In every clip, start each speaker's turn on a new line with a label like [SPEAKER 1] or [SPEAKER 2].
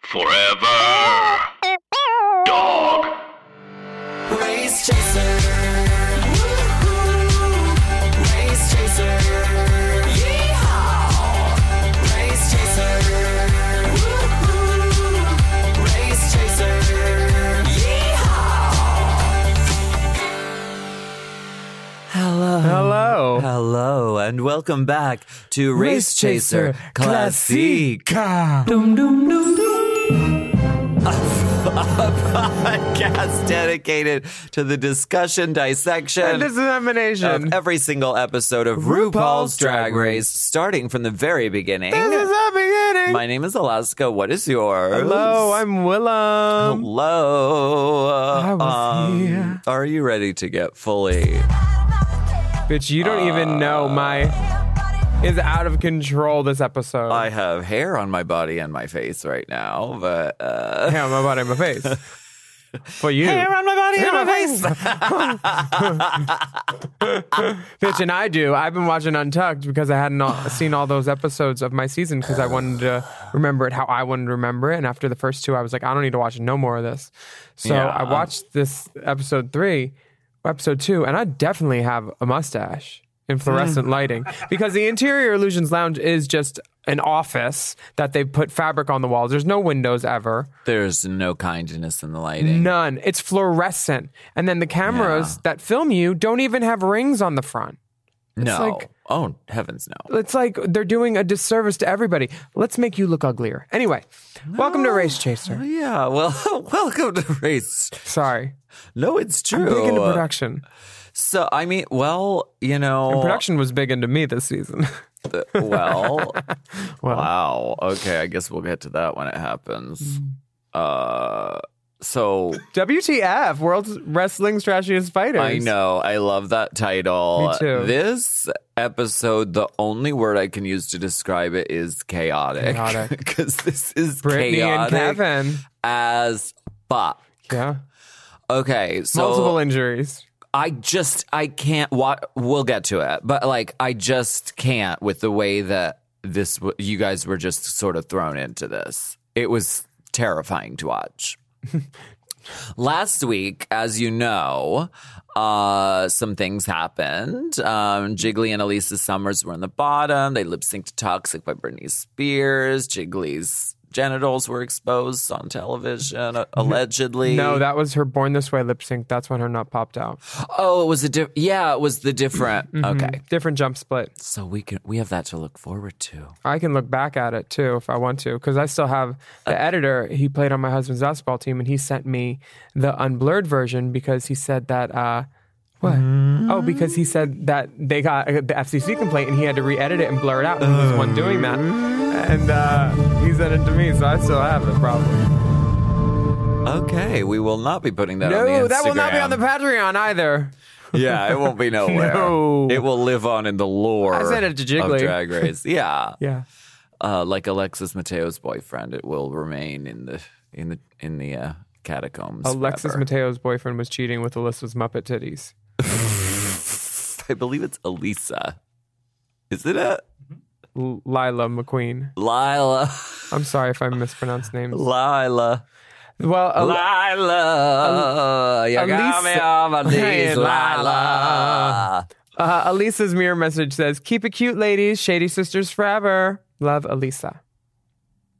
[SPEAKER 1] Forever. Dog.
[SPEAKER 2] Race chaser. Woo-hoo. Race chaser. Yeehaw. Race chaser. Woo-hoo. Race chaser. Yeehaw.
[SPEAKER 3] Hello.
[SPEAKER 4] Hello.
[SPEAKER 3] Um, Hello, and welcome back to Race, Chaser, Classique.
[SPEAKER 4] Dum, dum, dum,
[SPEAKER 3] podcast dedicated to the discussion,
[SPEAKER 4] And
[SPEAKER 3] dissection
[SPEAKER 4] dissemination.
[SPEAKER 3] of every single episode of RuPaul's,
[SPEAKER 4] RuPaul's
[SPEAKER 3] Drag
[SPEAKER 4] Drag
[SPEAKER 3] Race, starting from the very beginning.
[SPEAKER 4] this is the beginning.
[SPEAKER 3] My name is Alaska. What is yours?
[SPEAKER 4] Hello, I'm Willem.
[SPEAKER 3] Hello. Um,
[SPEAKER 4] I was here.
[SPEAKER 3] Are you ready to get fully?
[SPEAKER 4] Bitch, you don't even know my is out of control this episode.
[SPEAKER 3] I have hair on my body and my face right now, but uh,
[SPEAKER 4] hair on my body, and my face. For you,
[SPEAKER 3] my body
[SPEAKER 4] Hair on my bitch, and I do. I've been watching Untucked because I hadn't all, seen all those episodes of my season because I wanted to remember it how I wanted to remember it. And after the first two, I was like, I don't need to watch no more of this. So
[SPEAKER 3] Yeah.
[SPEAKER 4] I watched this episode three, episode two, and I definitely have a mustache in fluorescent lighting because the interior illusions lounge is just an office that they've put fabric on the walls. There's no windows ever.
[SPEAKER 3] There's no kindness in the lighting.
[SPEAKER 4] None. It's fluorescent. And then the cameras that film you don't even have rings on the front.
[SPEAKER 3] no.
[SPEAKER 4] Mm, like-
[SPEAKER 3] oh heavens, no.
[SPEAKER 4] It's like they're doing a disservice to everybody. Let's make you look uglier. Anyway, welcome to Race Chaser.
[SPEAKER 3] Oh, Yeah. Well, welcome to race.
[SPEAKER 4] Sorry.
[SPEAKER 3] No, it's
[SPEAKER 4] I'm
[SPEAKER 3] true.
[SPEAKER 4] big into production.
[SPEAKER 3] So I mean, well, you know,
[SPEAKER 4] And production was big into me this season.
[SPEAKER 3] well,
[SPEAKER 4] Well.
[SPEAKER 3] wow. Okay, I guess we'll get to that when it happens.
[SPEAKER 4] Mm.
[SPEAKER 3] Uh, so
[SPEAKER 4] WTF, World's Wrestling's Trashiest Fighters.
[SPEAKER 3] I know. I love that title.
[SPEAKER 4] Me too.
[SPEAKER 3] This episode, the only word I can use to describe it is chaotic.
[SPEAKER 4] Chaotic.
[SPEAKER 3] Because this is
[SPEAKER 4] Brittany and
[SPEAKER 3] chaotic
[SPEAKER 4] Kevin.
[SPEAKER 3] as fuck.
[SPEAKER 4] Yeah.
[SPEAKER 3] Okay, so
[SPEAKER 4] Multiple injuries.
[SPEAKER 3] I just I can't. Wa- we'll get to it, but like I just can't with the way that this w- you guys were just sort of thrown into this. It was terrifying to watch. Last week, as you know, uh, some things happened. Um, Jiggly and Elisa Summers were in the bottom. They lip synced to Toxic by Britney Spears. Jiggly's genitals were exposed on television, a- allegedly.
[SPEAKER 4] No, that was her Born This Way lip sync. That's when her nut popped out.
[SPEAKER 3] Oh, it was a di- yeah, it was the different.
[SPEAKER 4] Mm-hmm.
[SPEAKER 3] Okay,
[SPEAKER 4] Different jump split.
[SPEAKER 3] so we can we have that to look forward to.
[SPEAKER 4] I can look back at it too if I want to, because I still have the editor. He played on my husband's basketball team, and he sent me the unblurred version because he said that uh, what? Oh, because he said that they got uh, the FCC complaint, and he had to re-edit it and blur it out. And he was one doing that, and uh, he sent it to me, so I still have it probably.
[SPEAKER 3] Okay, we will not be putting that. on the
[SPEAKER 4] No, that will not be on the
[SPEAKER 3] Instagram.
[SPEAKER 4] Patreon either.
[SPEAKER 3] yeah, it won't be nowhere.
[SPEAKER 4] No.
[SPEAKER 3] It will live on in the lore.
[SPEAKER 4] I sent it to
[SPEAKER 3] Of
[SPEAKER 4] Jiggly.
[SPEAKER 3] Drag Race. Yeah,
[SPEAKER 4] Yeah,
[SPEAKER 3] Uh, like Alexis Mateo's boyfriend, it will remain in the in the in the uh, catacombs.
[SPEAKER 4] Alexis
[SPEAKER 3] forever.
[SPEAKER 4] Mateo's boyfriend was cheating with Alyssa's Muppet titties.
[SPEAKER 3] I believe it's Elisa. Isn't it?
[SPEAKER 4] L- Lila McQueen.
[SPEAKER 3] Lila.
[SPEAKER 4] I'm sorry if I mispronounced names.
[SPEAKER 3] Lila.
[SPEAKER 4] Well, Al-
[SPEAKER 3] Lila, you got me
[SPEAKER 4] Elisa-
[SPEAKER 3] on my knees,
[SPEAKER 4] Hey,
[SPEAKER 3] Lila.
[SPEAKER 4] Lila. Uh, Elisa's mirror message says, "Keep it cute, ladies. Shady sisters forever. Love, Elisa."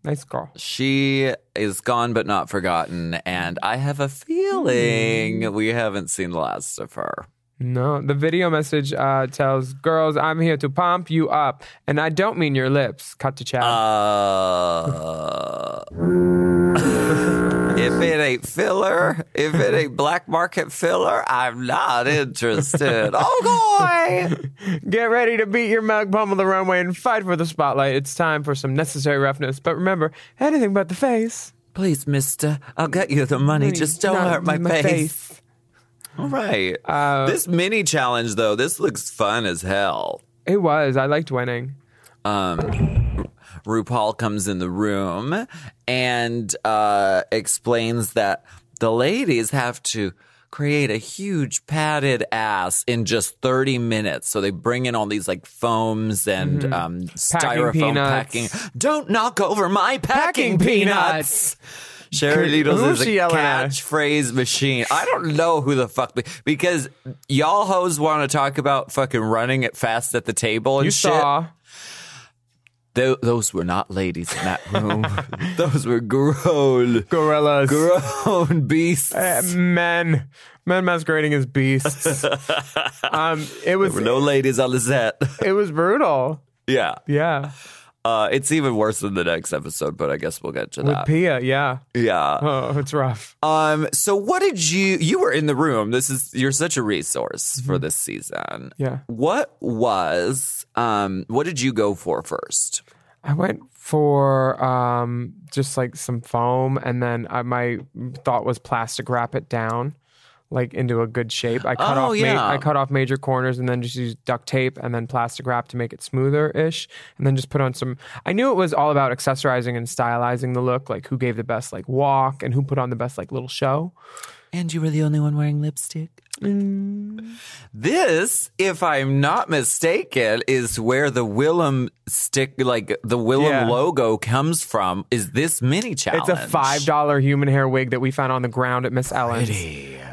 [SPEAKER 4] Nice girl.
[SPEAKER 3] She is gone but not forgotten, and I have a feeling we haven't seen the last of her.
[SPEAKER 4] No, the video message uh, tells girls, "I'm here to pump you up, and I don't mean your lips." Cut to chat.
[SPEAKER 3] Uh, if it ain't filler, if it ain't black market filler, I'm not interested. Oh boy!
[SPEAKER 4] Get ready to beat your mug, pummel the runway, and fight for the spotlight. It's time for some necessary roughness, but remember, anything but the face.
[SPEAKER 3] Please, Mister, I'll get you the money. Just don't
[SPEAKER 4] Not
[SPEAKER 3] hurt my,
[SPEAKER 4] in
[SPEAKER 3] face. All right. uh, this mini challenge, though, this looks fun as hell.
[SPEAKER 4] It was. I liked winning.
[SPEAKER 3] RuPaul comes in the room and uh, explains that the ladies have to create a huge padded ass in just 30 minutes. So they bring in all these like foams and um, styrofoam
[SPEAKER 4] Mm-hmm. peanuts.
[SPEAKER 3] packing. Don't knock over my packing,
[SPEAKER 4] Packing
[SPEAKER 3] peanuts. Sherry Needles
[SPEAKER 4] Who's
[SPEAKER 3] is a
[SPEAKER 4] she yelling at?
[SPEAKER 3] catchphrase machine. I don't know who the fuck be- because y'all hoes want to talk about fucking running it fast at the table and
[SPEAKER 4] You
[SPEAKER 3] shit.
[SPEAKER 4] saw.
[SPEAKER 3] Tho- those were not ladies in that room. those were grown,
[SPEAKER 4] Gorillas.
[SPEAKER 3] grown beasts.
[SPEAKER 4] Uh, men. Men masquerading as beasts. um, it was
[SPEAKER 3] There were no ladies on the set.
[SPEAKER 4] it was brutal.
[SPEAKER 3] yeah,
[SPEAKER 4] Yeah.
[SPEAKER 3] uh, it's even worse than the next episode, but I guess we'll get to
[SPEAKER 4] With
[SPEAKER 3] that.
[SPEAKER 4] Pia, yeah.
[SPEAKER 3] yeah.
[SPEAKER 4] Uh, Oh, it's rough.
[SPEAKER 3] Um. So, what did you? You were in the room. This is you're such a resource for this season.
[SPEAKER 4] Yeah.
[SPEAKER 3] What was? Um. What did you go for first?
[SPEAKER 4] I went for um, just like some foam, and then I, my thought was plastic wrap it down, like into a good shape. I cut
[SPEAKER 3] Oh,
[SPEAKER 4] off,
[SPEAKER 3] yeah.
[SPEAKER 4] I cut off major corners, and then just used duct tape and then plastic wrap to make it smoother ish, and then just put on some. I knew it was all about accessorizing and stylizing the look, like who gave the best like walk and who put on the best like little show.
[SPEAKER 3] And you were the only one wearing lipstick. Mm. This, if I'm not mistaken, is where the Willem stick, like the Willem
[SPEAKER 4] Yeah.
[SPEAKER 3] logo comes from. Is this mini challenge?
[SPEAKER 4] It's a five dollar human hair wig that we found on the ground at Miss Ellen's.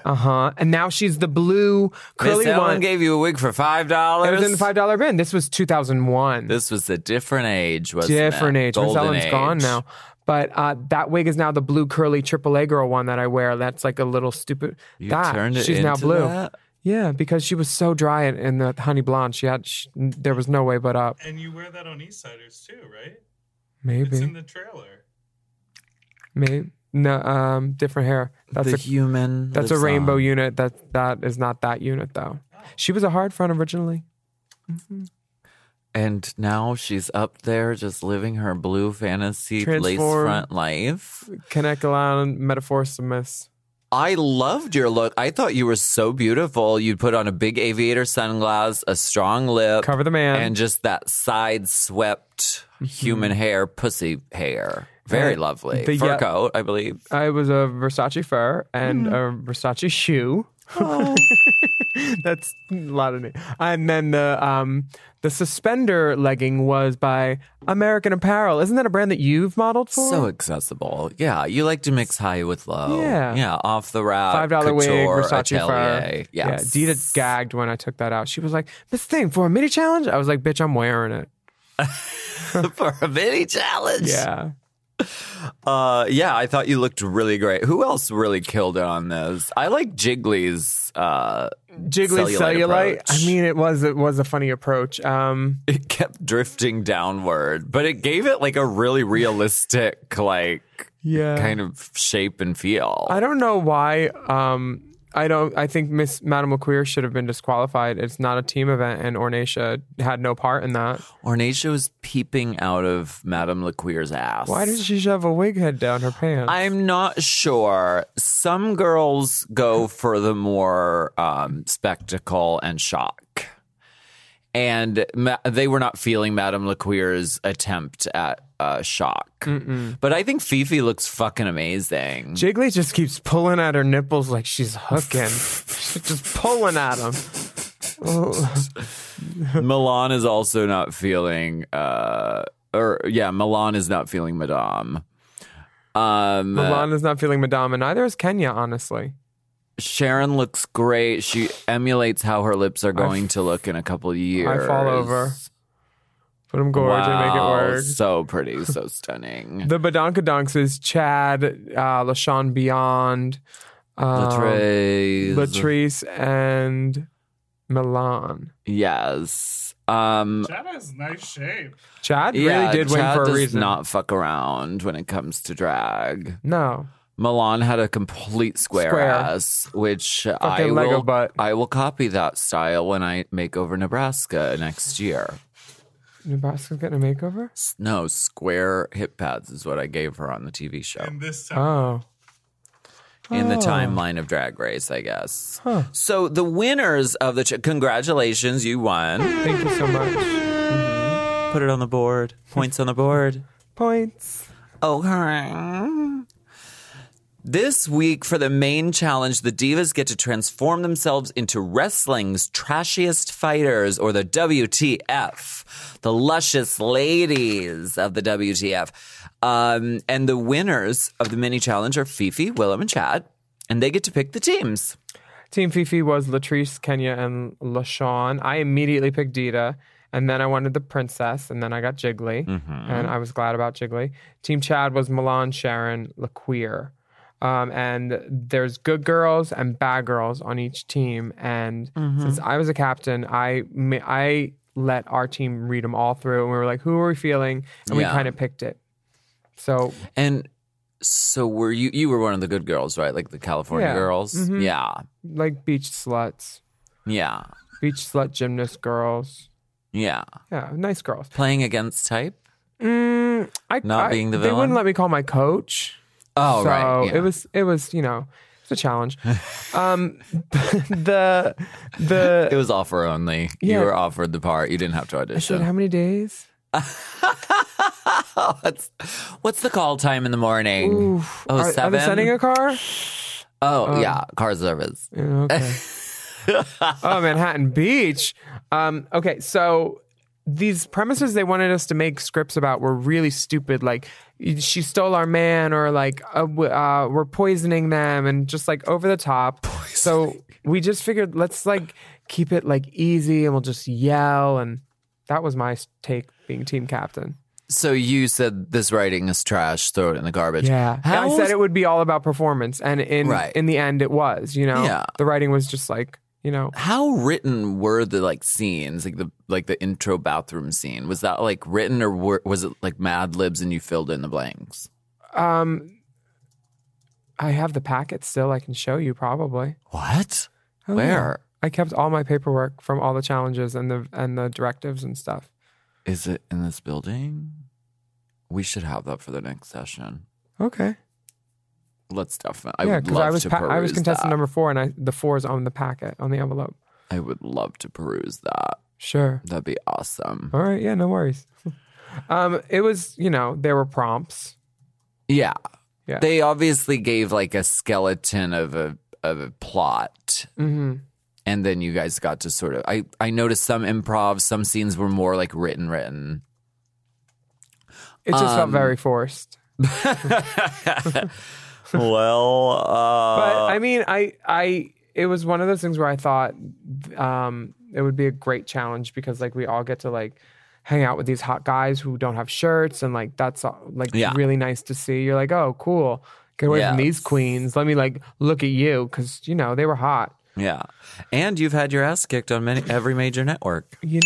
[SPEAKER 4] Uh huh. And now she's the blue curly
[SPEAKER 3] Miss Ellen
[SPEAKER 4] one.
[SPEAKER 3] gave you a wig for five
[SPEAKER 4] It was in
[SPEAKER 3] dollars.
[SPEAKER 4] the five dollar bin. This was two thousand one.
[SPEAKER 3] This was a different age, wasn't
[SPEAKER 4] different
[SPEAKER 3] it?
[SPEAKER 4] age. Miss
[SPEAKER 3] Golden
[SPEAKER 4] Ellen's
[SPEAKER 3] age.
[SPEAKER 4] gone now. But uh, that wig is now the blue curly AAA girl one that I wear. That's like a little stupid.
[SPEAKER 3] You
[SPEAKER 4] that
[SPEAKER 3] turned it
[SPEAKER 4] she's now
[SPEAKER 3] into
[SPEAKER 4] blue.
[SPEAKER 3] that?
[SPEAKER 4] Yeah, because she was so dry in, in the honey blonde. She had she, there was no way but up.
[SPEAKER 5] And you wear that on Eastsiders too, right? It's in
[SPEAKER 4] Maybe,
[SPEAKER 5] the trailer.
[SPEAKER 4] maybe no. Um, different hair. That's
[SPEAKER 3] the
[SPEAKER 4] a
[SPEAKER 3] human.
[SPEAKER 4] that's a
[SPEAKER 3] lives
[SPEAKER 4] rainbow
[SPEAKER 3] on.
[SPEAKER 4] unit. That that is not that unit though. She was a hard front originally.
[SPEAKER 3] And now she's up there, just living her blue fantasy lace
[SPEAKER 4] Transform.
[SPEAKER 3] front life.
[SPEAKER 4] Connect Alon Metaphorsimus.
[SPEAKER 3] I loved your look. I thought you were so beautiful. You'd put on a big aviator sunglass, a strong lip,
[SPEAKER 4] Cover the man. Mm-hmm.
[SPEAKER 3] and just that side swept human hair, pussy hair. Very
[SPEAKER 4] Uh,
[SPEAKER 3] lovely.
[SPEAKER 4] the
[SPEAKER 3] Fur
[SPEAKER 4] ye-
[SPEAKER 3] coat, I believe.
[SPEAKER 4] I was a Versace fur and a Versace shoe. That's a lot of name. And then the um the suspender legging was by American Apparel. Isn't that a brand that you've modeled for?
[SPEAKER 3] So accessible. Yeah. You like to mix high with low.
[SPEAKER 4] Yeah.
[SPEAKER 3] Yeah. Off the rack.
[SPEAKER 4] Five dollar wig,
[SPEAKER 3] couture,
[SPEAKER 4] Versace
[SPEAKER 3] atelier.
[SPEAKER 4] fur. Yeah,
[SPEAKER 3] Yes.
[SPEAKER 4] Dita gagged when I took that out. She was like, "This thing for a mini challenge." I was like, "Bitch, I'm wearing it."
[SPEAKER 3] for a mini challenge.
[SPEAKER 4] Yeah,
[SPEAKER 3] Uh, yeah, I thought you looked really great. Who else really killed it on this? I like Jiggly's. Uh, Cellulite
[SPEAKER 4] jiggly cellulite.
[SPEAKER 3] approach.
[SPEAKER 4] I mean, it was it was a funny approach. Um,
[SPEAKER 3] it kept drifting downward, but it gave it like a really realistic, like
[SPEAKER 4] yeah,
[SPEAKER 3] kind of shape and feel.
[SPEAKER 4] I don't know why. Um, I don't. I think Miss Madame LaQueer should have been disqualified. It's not a team event, and Ornacia had no part in that.
[SPEAKER 3] Ornacia was peeping out of Madame LeQueer's ass.
[SPEAKER 4] Why did she shove a wig head down her pants?
[SPEAKER 3] I'm not sure. Some girls go for the more um, spectacle and shock. And ma- they were not feeling Madame LeQueer's attempt at uh, shock. But I think Fifi looks fucking amazing.
[SPEAKER 4] Jiggly just keeps pulling at her nipples like she's hooking. she's just pulling at them.
[SPEAKER 3] Milan is also not feeling uh or yeah, Milan is not feeling Madame. Um
[SPEAKER 4] Milan is not feeling Madame, and neither is Kenya, honestly.
[SPEAKER 3] Sharon looks great. She emulates how her lips are going to look in a couple of years.
[SPEAKER 4] I fall over. Put them gourd and make it
[SPEAKER 3] Wow,
[SPEAKER 4] work.
[SPEAKER 3] So pretty, so stunning.
[SPEAKER 4] The Badonkadonks is Chad, uh, LaShawn Beyond, um,
[SPEAKER 3] Latrice.
[SPEAKER 4] Latrice, and Milan.
[SPEAKER 3] Yes. Um
[SPEAKER 5] Chad has nice shape.
[SPEAKER 4] Chad
[SPEAKER 3] yeah,
[SPEAKER 4] really did win
[SPEAKER 3] Chad
[SPEAKER 4] for a
[SPEAKER 3] does
[SPEAKER 4] reason.
[SPEAKER 3] not fuck around when it comes to drag.
[SPEAKER 4] No.
[SPEAKER 3] Milan had a complete square,
[SPEAKER 4] Square.
[SPEAKER 3] ass, which I
[SPEAKER 4] Lego
[SPEAKER 3] will,
[SPEAKER 4] butt.
[SPEAKER 3] I will copy that style when I make over Nebraska next year.
[SPEAKER 4] Nebraska's getting a makeover?
[SPEAKER 3] S- No, square hip pads is what I gave her on the TV show.
[SPEAKER 5] And this time,
[SPEAKER 4] Oh.
[SPEAKER 3] in the timeline of Drag Race, I guess. So the winners of the ch- congratulations, you won.
[SPEAKER 4] Thank you so much.
[SPEAKER 3] Put it on the board. Points on the board.
[SPEAKER 4] Points.
[SPEAKER 3] Okay. This week for the main challenge, the divas get to transform themselves into wrestling's trashiest fighters or the WTF, the luscious ladies of the WTF. Um, and the winners of the mini challenge are Fifi, Willem, and Chad, and they get to pick the teams.
[SPEAKER 4] Team Fifi was Latrice, Kenya, and LaShawn. I immediately picked Dita, and then I wanted the princess, and then I got Jiggly, and I was glad about Jiggly. Team Chad was Milan, Sharon, LaQueer. Um, and there's good girls and bad girls on each team. And since I was a captain, I ma- I let our team read them all through, and we were like, "Who are we feeling?" And we
[SPEAKER 3] Yeah.
[SPEAKER 4] kind of picked it. So
[SPEAKER 3] And so were you you were one of the good girls, right? Like the California
[SPEAKER 4] Yeah. Mm-hmm.
[SPEAKER 3] girls. Yeah.
[SPEAKER 4] like beach sluts,
[SPEAKER 3] Yeah.
[SPEAKER 4] beach slut gymnast girls.
[SPEAKER 3] Yeah.
[SPEAKER 4] Yeah, nice girls.
[SPEAKER 3] Playing against type.
[SPEAKER 4] Mm, I,
[SPEAKER 3] Not
[SPEAKER 4] I-
[SPEAKER 3] being the
[SPEAKER 4] They
[SPEAKER 3] villain?
[SPEAKER 4] wouldn't let me call my coach.
[SPEAKER 3] Oh
[SPEAKER 4] so
[SPEAKER 3] right. Yeah.
[SPEAKER 4] it was it was you know it's a challenge. um, the the
[SPEAKER 3] It was offer only.
[SPEAKER 4] Yeah.
[SPEAKER 3] You were offered the part. You didn't have to
[SPEAKER 4] I said
[SPEAKER 3] audition.
[SPEAKER 4] how many days?
[SPEAKER 3] what's, what's the call time in the morning?
[SPEAKER 4] Oof.
[SPEAKER 3] Oh,
[SPEAKER 4] are, are they
[SPEAKER 3] seven?
[SPEAKER 4] sending a car?
[SPEAKER 3] oh yeah, car service.
[SPEAKER 4] Yeah, Okay. oh, Manhattan Beach. Um, okay, so these premises they wanted us to make scripts about were really stupid. Like, she stole our man, or like, uh, w- uh, we're poisoning them, and just like over the top. So we just figured let's like keep it like easy and we'll just yell. And that was my s- take being team captain.
[SPEAKER 3] So you said this writing is trash. Throw it in the garbage.
[SPEAKER 4] Yeah.
[SPEAKER 3] How
[SPEAKER 4] I said it would be all about performance. And in,
[SPEAKER 3] Right.
[SPEAKER 4] in the end, it was, you know,
[SPEAKER 3] Yeah.
[SPEAKER 4] the writing was just like, you know,
[SPEAKER 3] How written were the like scenes, like the like the intro bathroom scene? Was that like written or were, was it like Mad Libs and you filled in the blanks?
[SPEAKER 4] Um, I have the packet still. I can show you probably.
[SPEAKER 3] What?
[SPEAKER 4] Oh, yeah.
[SPEAKER 3] Where
[SPEAKER 4] I kept all my paperwork from all the challenges and the and the directives and stuff.
[SPEAKER 3] is it in this building? We should have that for the next session.
[SPEAKER 4] Okay.
[SPEAKER 3] Let's definitely. I
[SPEAKER 4] yeah,
[SPEAKER 3] would
[SPEAKER 4] because
[SPEAKER 3] love
[SPEAKER 4] I was
[SPEAKER 3] to
[SPEAKER 4] pa- I was
[SPEAKER 3] peruse
[SPEAKER 4] contestant
[SPEAKER 3] that.
[SPEAKER 4] number four, and I the four is on the packet on the envelope.
[SPEAKER 3] I would love to peruse that.
[SPEAKER 4] Sure.
[SPEAKER 3] That'd be awesome.
[SPEAKER 4] All right. Yeah. No worries. um, it was you know there were prompts.
[SPEAKER 3] Yeah.
[SPEAKER 4] Yeah.
[SPEAKER 3] They obviously gave like a skeleton of a of a plot.
[SPEAKER 4] Mm-hmm.
[SPEAKER 3] And then you guys got to sort of I, I noticed some improv, some scenes were more like written written.
[SPEAKER 4] It just
[SPEAKER 3] Um,
[SPEAKER 4] felt very forced.
[SPEAKER 3] well uh
[SPEAKER 4] But I mean, I I it was one of those things where I thought um, it would be a great challenge because like we all get to like hang out with these hot guys who don't have shirts and like that's all- like
[SPEAKER 3] Yeah.
[SPEAKER 4] really nice to see. You're like, oh, cool. Get away from these
[SPEAKER 3] Yes.
[SPEAKER 4] queens. Let me like look at you because you know they were hot.
[SPEAKER 3] Yeah. And you've had your ass kicked on many every major network.
[SPEAKER 4] You,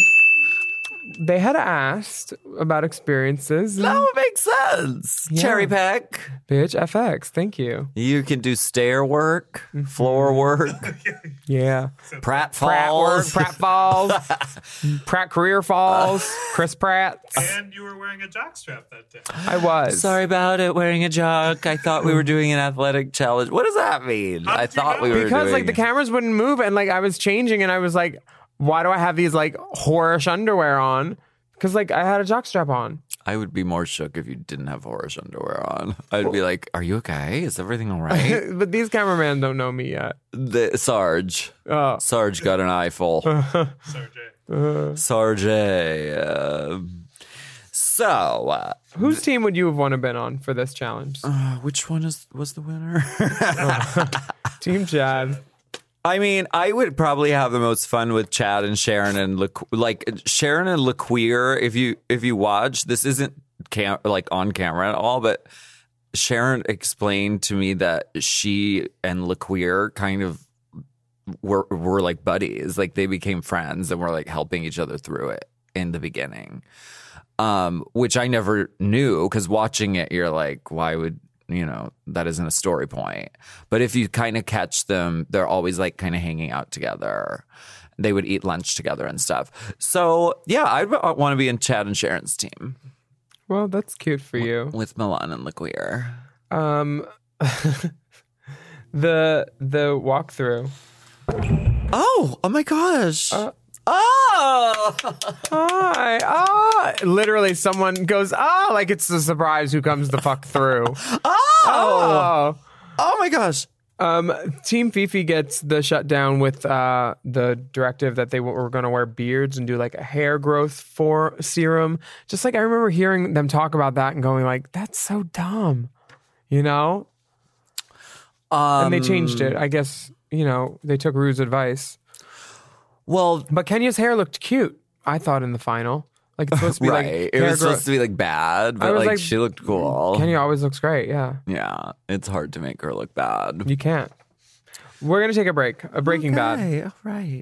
[SPEAKER 4] they had asked about experiences. and-
[SPEAKER 3] That would make sense.
[SPEAKER 4] Yeah.
[SPEAKER 3] Cherry pick.
[SPEAKER 4] Bitch, FX. Thank you.
[SPEAKER 3] You can do stair work,
[SPEAKER 4] Mm-hmm.
[SPEAKER 3] floor work,
[SPEAKER 4] Yeah.
[SPEAKER 3] Pratt
[SPEAKER 4] Pratt work,
[SPEAKER 3] falls.
[SPEAKER 4] Pratt falls, Pratt career falls, Chris Pratt's.
[SPEAKER 5] and you were wearing a jockstrap that day.
[SPEAKER 4] I was.
[SPEAKER 3] Sorry about it. Wearing a jock. I thought we were doing an athletic challenge. What does that mean? I
[SPEAKER 5] did you
[SPEAKER 3] thought
[SPEAKER 5] know?
[SPEAKER 3] we were
[SPEAKER 4] Uh, because like the
[SPEAKER 3] doing-
[SPEAKER 4] cameras wouldn't move and like I was changing and I was like, why do I have these like whorish underwear on? Because like I had a jockstrap on.
[SPEAKER 3] I would be more shook if you didn't have Horace underwear on. I'd be like, "Are you okay? Is everything all right?"
[SPEAKER 4] but these cameramen don't know me yet.
[SPEAKER 3] the, Sarge,
[SPEAKER 4] Oh.
[SPEAKER 3] Sarge got an eyeful.
[SPEAKER 5] Sorry, Jay.
[SPEAKER 3] Sarge. um, so, uh,
[SPEAKER 4] Whose team would you have want to been on for this challenge?
[SPEAKER 3] uh, which one is was the winner?
[SPEAKER 4] Team Chad.
[SPEAKER 6] I mean, I would probably have the most fun with Chad and Sharon and Laqu- like Sharon and LaQueer. If you if you watch, this isn't cam- like on camera at all, but Sharon explained to me that she and LaQueer kind of were were like buddies, like they became friends and were like helping each other through it in the beginning. Um, which I never knew because watching it, you're like, why would you know that isn't a story point? But if you kind of catch them, they're always like kind of hanging out together. They would eat lunch together and stuff. So yeah, I'd want to be in Chad and Sharon's team
[SPEAKER 4] Well, that's cute for you.
[SPEAKER 6] with Milan and LaQueer.
[SPEAKER 4] Um, the the walkthrough.
[SPEAKER 6] Oh, oh my gosh.
[SPEAKER 4] Uh,
[SPEAKER 6] oh,
[SPEAKER 4] Hi, ah! Literally, someone goes ah, like it's a surprise who comes the fuck through.
[SPEAKER 6] oh,
[SPEAKER 4] oh.
[SPEAKER 6] oh my gosh.
[SPEAKER 4] Um, Team Fifi gets the shutdown with uh, the directive that they were going to wear beards and do like a hair growth for serum. Just like I remember hearing them talk about that and going like, "That's so dumb," you know.
[SPEAKER 6] Um,
[SPEAKER 4] And they changed it. I guess you know they took Rue's advice.
[SPEAKER 6] well,
[SPEAKER 4] But Kenya's hair looked cute. I thought in the final, like it's supposed to be like
[SPEAKER 6] right. it
[SPEAKER 4] hair
[SPEAKER 6] was
[SPEAKER 4] grow-
[SPEAKER 6] supposed to be like bad, but
[SPEAKER 4] was
[SPEAKER 6] like,
[SPEAKER 4] like,
[SPEAKER 6] she looked cool.
[SPEAKER 4] Kenya always looks great. Yeah,
[SPEAKER 6] yeah, it's hard to make her look bad.
[SPEAKER 4] you can't. We're gonna take a break. A Breaking Bad.
[SPEAKER 6] all right.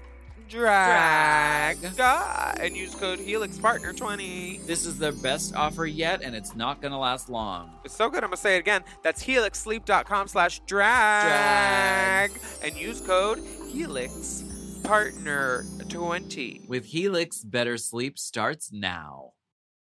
[SPEAKER 4] drag and use code HelixPartner20.
[SPEAKER 3] This is their best offer yet, and it's not going to last long.
[SPEAKER 4] It's so good, I'm gonna say it again. That's helixsleep.com slash drag and use code HelixPartner20.
[SPEAKER 3] With Helix, better sleep starts now.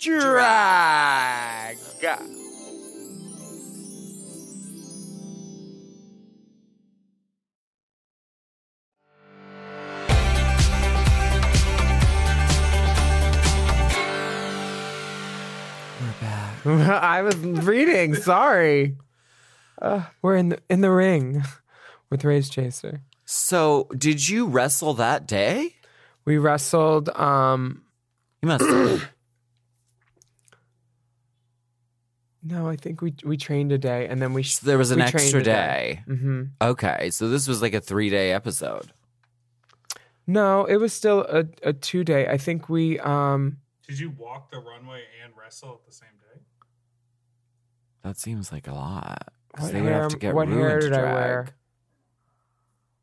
[SPEAKER 4] drag. I was reading. Sorry. Uh, we're in the, in the ring with Ray's Chaser.
[SPEAKER 6] So, did you wrestle that day?
[SPEAKER 4] We wrestled. Um,
[SPEAKER 6] You must. have.
[SPEAKER 7] No, I think we we trained a day and then we.
[SPEAKER 3] So there was an
[SPEAKER 7] we trained
[SPEAKER 3] extra
[SPEAKER 7] a
[SPEAKER 3] day.
[SPEAKER 7] hmm
[SPEAKER 3] Okay, so this was like a three day episode.
[SPEAKER 7] No, it was still a, a two day. I think we um
[SPEAKER 5] Did you walk the runway and wrestle at the same day?
[SPEAKER 3] That seems like a lot. 'Cause
[SPEAKER 7] What
[SPEAKER 3] they would
[SPEAKER 7] hair-
[SPEAKER 3] have to get
[SPEAKER 7] what
[SPEAKER 3] ruined
[SPEAKER 7] hair
[SPEAKER 3] to
[SPEAKER 7] did I
[SPEAKER 3] drag.
[SPEAKER 7] wear?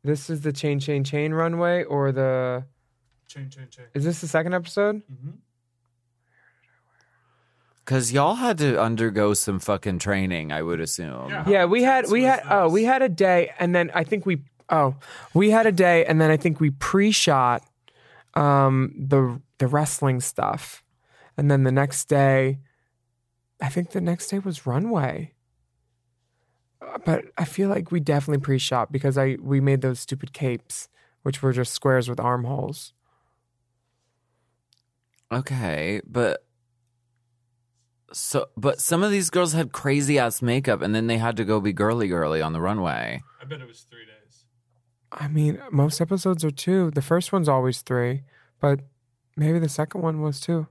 [SPEAKER 7] this is the chain chain chain runway or the
[SPEAKER 5] Chain, chain, chain.
[SPEAKER 7] is this the second episode?
[SPEAKER 5] Mm-hmm.
[SPEAKER 3] Because y'all had to undergo some fucking training, I would assume.
[SPEAKER 5] Yeah.
[SPEAKER 7] Yeah, we had we had
[SPEAKER 5] Intense was
[SPEAKER 7] oh we
[SPEAKER 5] this.
[SPEAKER 7] had a day and then I think we oh we had a day and then I think we pre shot um the the wrestling stuff and then the next day I think the next day was runway. Uh, But I feel like we definitely pre shot because I we made those stupid capes, which were just squares with armholes.
[SPEAKER 3] Okay, but so but some of these girls had crazy ass makeup, and then they had to go be girly girly on the runway.
[SPEAKER 5] I bet it was three days.
[SPEAKER 7] I mean, most episodes are two. The first one's always three, but maybe the second one was two.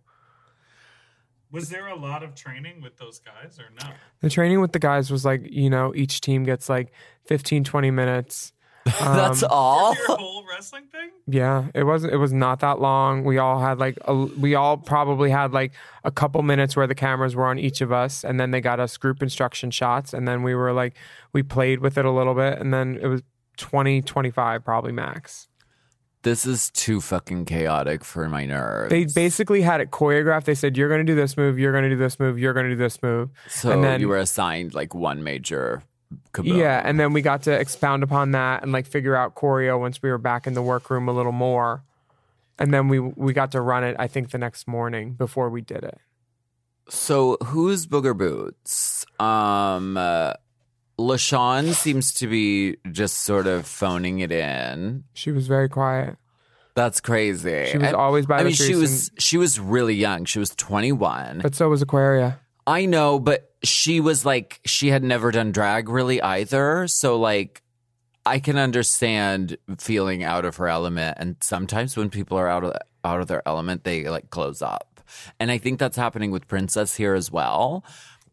[SPEAKER 5] Was there a lot of training with those guys or no?
[SPEAKER 7] The training with the guys was like, you know, each team gets like 15, 20 minutes.
[SPEAKER 3] That's
[SPEAKER 7] Um,
[SPEAKER 3] all.
[SPEAKER 5] Your whole wrestling thing?
[SPEAKER 7] Yeah, it wasn't. It was not that long. We all had like a, we all probably had like a couple minutes where the cameras were on each of us, and then they got us group instruction shots, and then we were like we played with it a little bit, and then it was 20, 25 probably max.
[SPEAKER 3] This is too fucking chaotic for my nerves.
[SPEAKER 7] They basically had it choreographed. They said you're going to do this move, you're going to do this move, you're going to do this move.
[SPEAKER 3] so
[SPEAKER 7] and then-
[SPEAKER 3] you were assigned like one major. Kaboom.
[SPEAKER 7] Yeah, and then we got to expound upon that and like figure out choreo once we were back in the workroom a little more. And then we we got to run it I think the next morning before we did it.
[SPEAKER 3] So who's Booger Boots? Um, uh, LaShawn seems to be just sort of phoning it in.
[SPEAKER 7] She was very quiet.
[SPEAKER 3] That's crazy.
[SPEAKER 7] She was
[SPEAKER 3] And-
[SPEAKER 7] always by
[SPEAKER 3] I
[SPEAKER 7] the
[SPEAKER 3] mean, she
[SPEAKER 7] trees
[SPEAKER 3] was she was really young. She was twenty one.
[SPEAKER 7] But so was Aquaria.
[SPEAKER 3] I know, but she was like she had never done drag really either. So like I can understand feeling out of her element and sometimes when people are out of out of their element they like close up. And I think that's happening with Princess here as well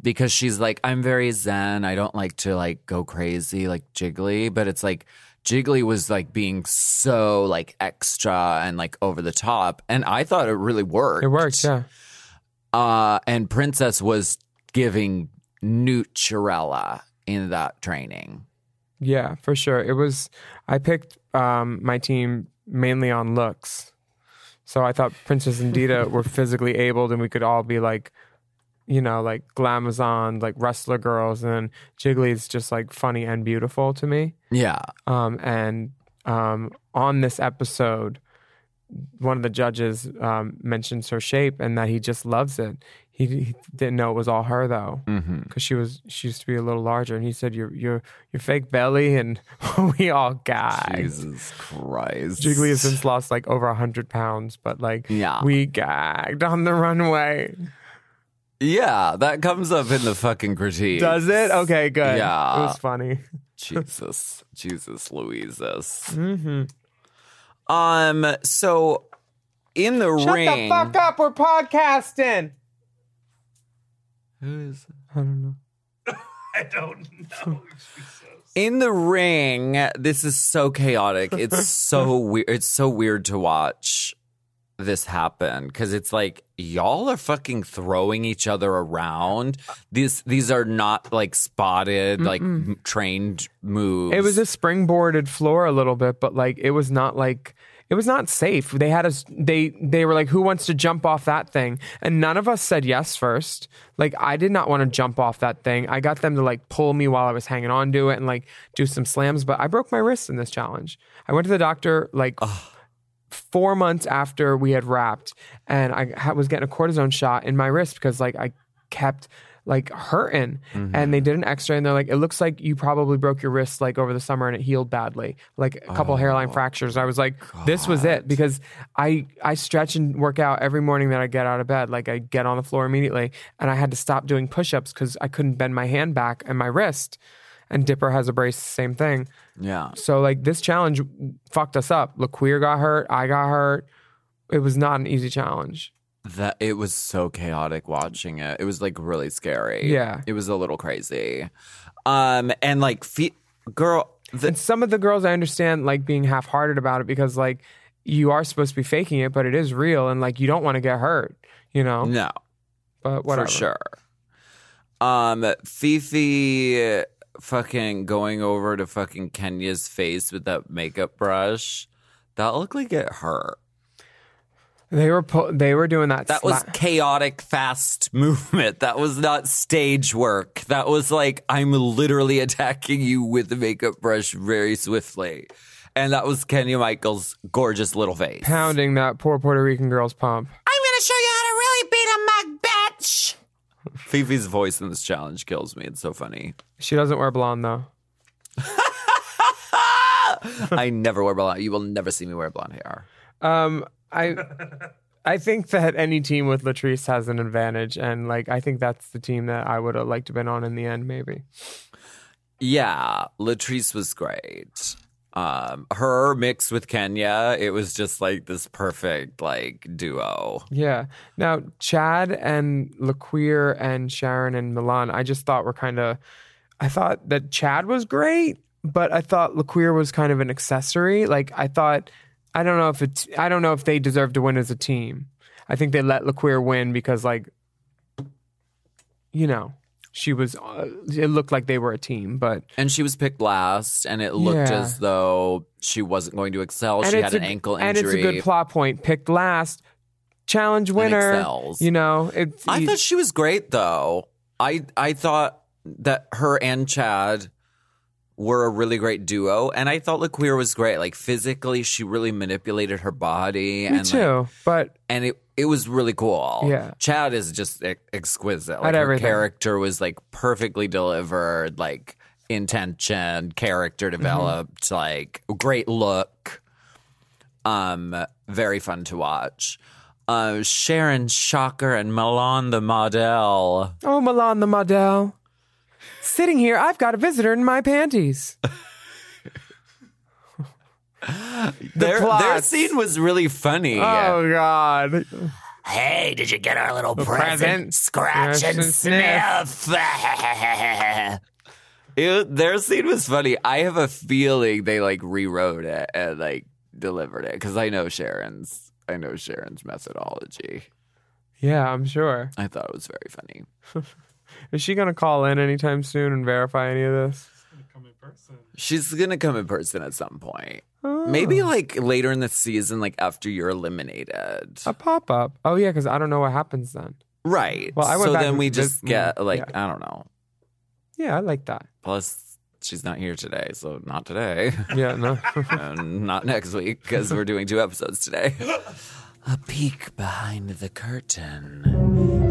[SPEAKER 3] because she's like I'm very zen. I don't like to like go crazy like jiggly, but it's like Jiggly was like being so like extra and like over the top and I thought it really worked.
[SPEAKER 7] It worked, yeah.
[SPEAKER 3] Uh, and Princess was giving Nutrella in that training.
[SPEAKER 7] Yeah, for sure. It was I picked um my team mainly on looks. So I thought Princess and Dita were physically abled and we could all be like you know, like glamazon, like wrestler girls, and Jiggly is just like funny and beautiful to me.
[SPEAKER 3] Yeah.
[SPEAKER 7] Um, and um, on this episode, one of the judges um, mentions her shape and that he just loves it. He, he didn't know it was all her though,
[SPEAKER 3] Mm-hmm.
[SPEAKER 7] because she was she used to be a little larger. And he said, "Your your your fake belly," and we all gagged.
[SPEAKER 3] Jesus Christ.
[SPEAKER 7] Jiggly has since lost like over hundred pounds, but like
[SPEAKER 3] Yeah.
[SPEAKER 7] we gagged on the runway.
[SPEAKER 3] yeah, that comes up in the fucking critique.
[SPEAKER 7] Does it? Okay, good.
[SPEAKER 3] Yeah.
[SPEAKER 7] it was funny.
[SPEAKER 3] Jesus. Jesus Louises.
[SPEAKER 7] Mm-hmm.
[SPEAKER 3] Um, so in the ring.
[SPEAKER 7] up. We're podcasting.
[SPEAKER 3] Who is
[SPEAKER 7] I don't know.
[SPEAKER 5] I don't know. Jesus.
[SPEAKER 3] in the ring this is so chaotic it's so weird it's so weird to watch this happen because it's like y'all are fucking throwing each other around these these are not like spotted like m- trained moves
[SPEAKER 7] It was a springboarded floor a little bit, but like it was not like it was not safe. They had us they they were like, Who wants to jump off that thing? And none of us said yes first. Like I did not want to jump off that thing. I got them to like pull me while I was hanging on to it and like do some slams, but I broke my wrist in this challenge. I went to the doctor like four months after we had wrapped and I ha- was getting a cortisone shot in my wrist because like I kept like hurting and they did an x-ray and they're like it looks like you probably broke your wrist like over the summer and it healed badly like a couple hairline fractures i was like this was it because i i stretch and work out every morning that i get out of bed like i get on the floor immediately and i had to stop doing push-ups because i couldn't bend my hand back and my wrist and dipper has a brace same thing
[SPEAKER 3] yeah
[SPEAKER 7] so like this challenge fucked us up. LaQueer got hurt. I got hurt. It was not an easy challenge.
[SPEAKER 3] That it was so chaotic watching it. It was like really scary.
[SPEAKER 7] Yeah.
[SPEAKER 3] It was a little crazy. Um and like feet girl the,
[SPEAKER 7] And some of the girls I understand like being half hearted about it because like you are supposed to be faking it, but it is real and like you don't want to get hurt, you know?
[SPEAKER 3] no,
[SPEAKER 7] But whatever.
[SPEAKER 3] for sure. Um Fifi fucking going over to fucking Kenya's face with that makeup brush. That looked like it hurt.
[SPEAKER 7] They were pu- they were doing that.
[SPEAKER 3] That was
[SPEAKER 7] sla-
[SPEAKER 3] chaotic, fast movement. That was not stage work. That was like, I'm literally attacking you with the makeup brush very swiftly. And that was Kenya Michaels' gorgeous little face.
[SPEAKER 7] pounding that poor Puerto Rican girl's pump.
[SPEAKER 3] I'm going to show you how to really beat a mug, bitch. Fifi's voice in this challenge kills me. It's so funny.
[SPEAKER 7] She doesn't wear blonde though.
[SPEAKER 3] I never wear blonde. You will never see me wear blonde hair.
[SPEAKER 7] Um, I I think that any team with Latrice has an advantage, and like I think that's the team that I would have liked to been on in the end, maybe.
[SPEAKER 3] Yeah, Latrice was great. Um, her mixed with Kenya, it was just like this perfect like duo.
[SPEAKER 7] Yeah. Now Chad and Laqueer and Sharon and Milan, I just thought were kind of. I thought that Chad was great, but I thought Laqueer was kind of an accessory. Like I thought, I don't know if it's, I don't know if they deserve to win as a team. I think they let Laqueer win because, like, you know, she was. Uh, it looked like they were a team, but
[SPEAKER 3] And she was picked last, and it looked
[SPEAKER 7] Yeah.
[SPEAKER 3] as though she wasn't going to excel. she
[SPEAKER 7] it's
[SPEAKER 3] had
[SPEAKER 7] a-
[SPEAKER 3] an ankle
[SPEAKER 7] and it's
[SPEAKER 3] injury.
[SPEAKER 7] a good plot point. Picked last, challenge winner.
[SPEAKER 3] excels.
[SPEAKER 7] You know, it's.
[SPEAKER 3] I thought she was great, though. I I thought that her and Chad were a really great duo, and I thought Laqueer was great. Like physically, she really manipulated her body.
[SPEAKER 7] me
[SPEAKER 3] and like,
[SPEAKER 7] too, but
[SPEAKER 3] and it it was really cool.
[SPEAKER 7] Yeah.
[SPEAKER 3] Chad is just ex- exquisite. Like
[SPEAKER 7] At
[SPEAKER 3] her
[SPEAKER 7] everything.
[SPEAKER 3] character was like perfectly delivered, like intention, character
[SPEAKER 7] Mm-hmm.
[SPEAKER 3] developed, like great look. Um, very fun to watch. Uh, Sharon Shocker and Milan the model.
[SPEAKER 7] oh, Milan the model, sitting here, I've got a visitor in my panties.
[SPEAKER 3] Their, their
[SPEAKER 7] plots.
[SPEAKER 3] scene was really funny.
[SPEAKER 7] Oh God,
[SPEAKER 3] Hey, did you get our little
[SPEAKER 7] present?
[SPEAKER 3] Scratch
[SPEAKER 7] Scratch and sniff.
[SPEAKER 3] It- their scene was funny. I have a feeling they like rewrote it and like delivered it because I know Sharon's. I know Sharon's methodology.
[SPEAKER 7] yeah, I'm sure.
[SPEAKER 3] I thought it was very funny.
[SPEAKER 7] Is she gonna call in anytime soon and verify any of this?
[SPEAKER 5] Come in person.
[SPEAKER 3] She's gonna come in person at some point.
[SPEAKER 7] Oh.
[SPEAKER 3] Maybe like later in the season, like after you're eliminated.
[SPEAKER 7] A pop up. Oh yeah, because I don't know what happens then.
[SPEAKER 3] Right.
[SPEAKER 7] Well, I went
[SPEAKER 3] so
[SPEAKER 7] back
[SPEAKER 3] then
[SPEAKER 7] and
[SPEAKER 3] we
[SPEAKER 7] vis-
[SPEAKER 3] just get
[SPEAKER 7] yeah.
[SPEAKER 3] like I don't know.
[SPEAKER 7] Yeah, I like that.
[SPEAKER 3] Plus, she's not here today, so not today.
[SPEAKER 7] Yeah, no.
[SPEAKER 3] and Uh, not next week because we're doing two episodes today. A peek behind the curtain.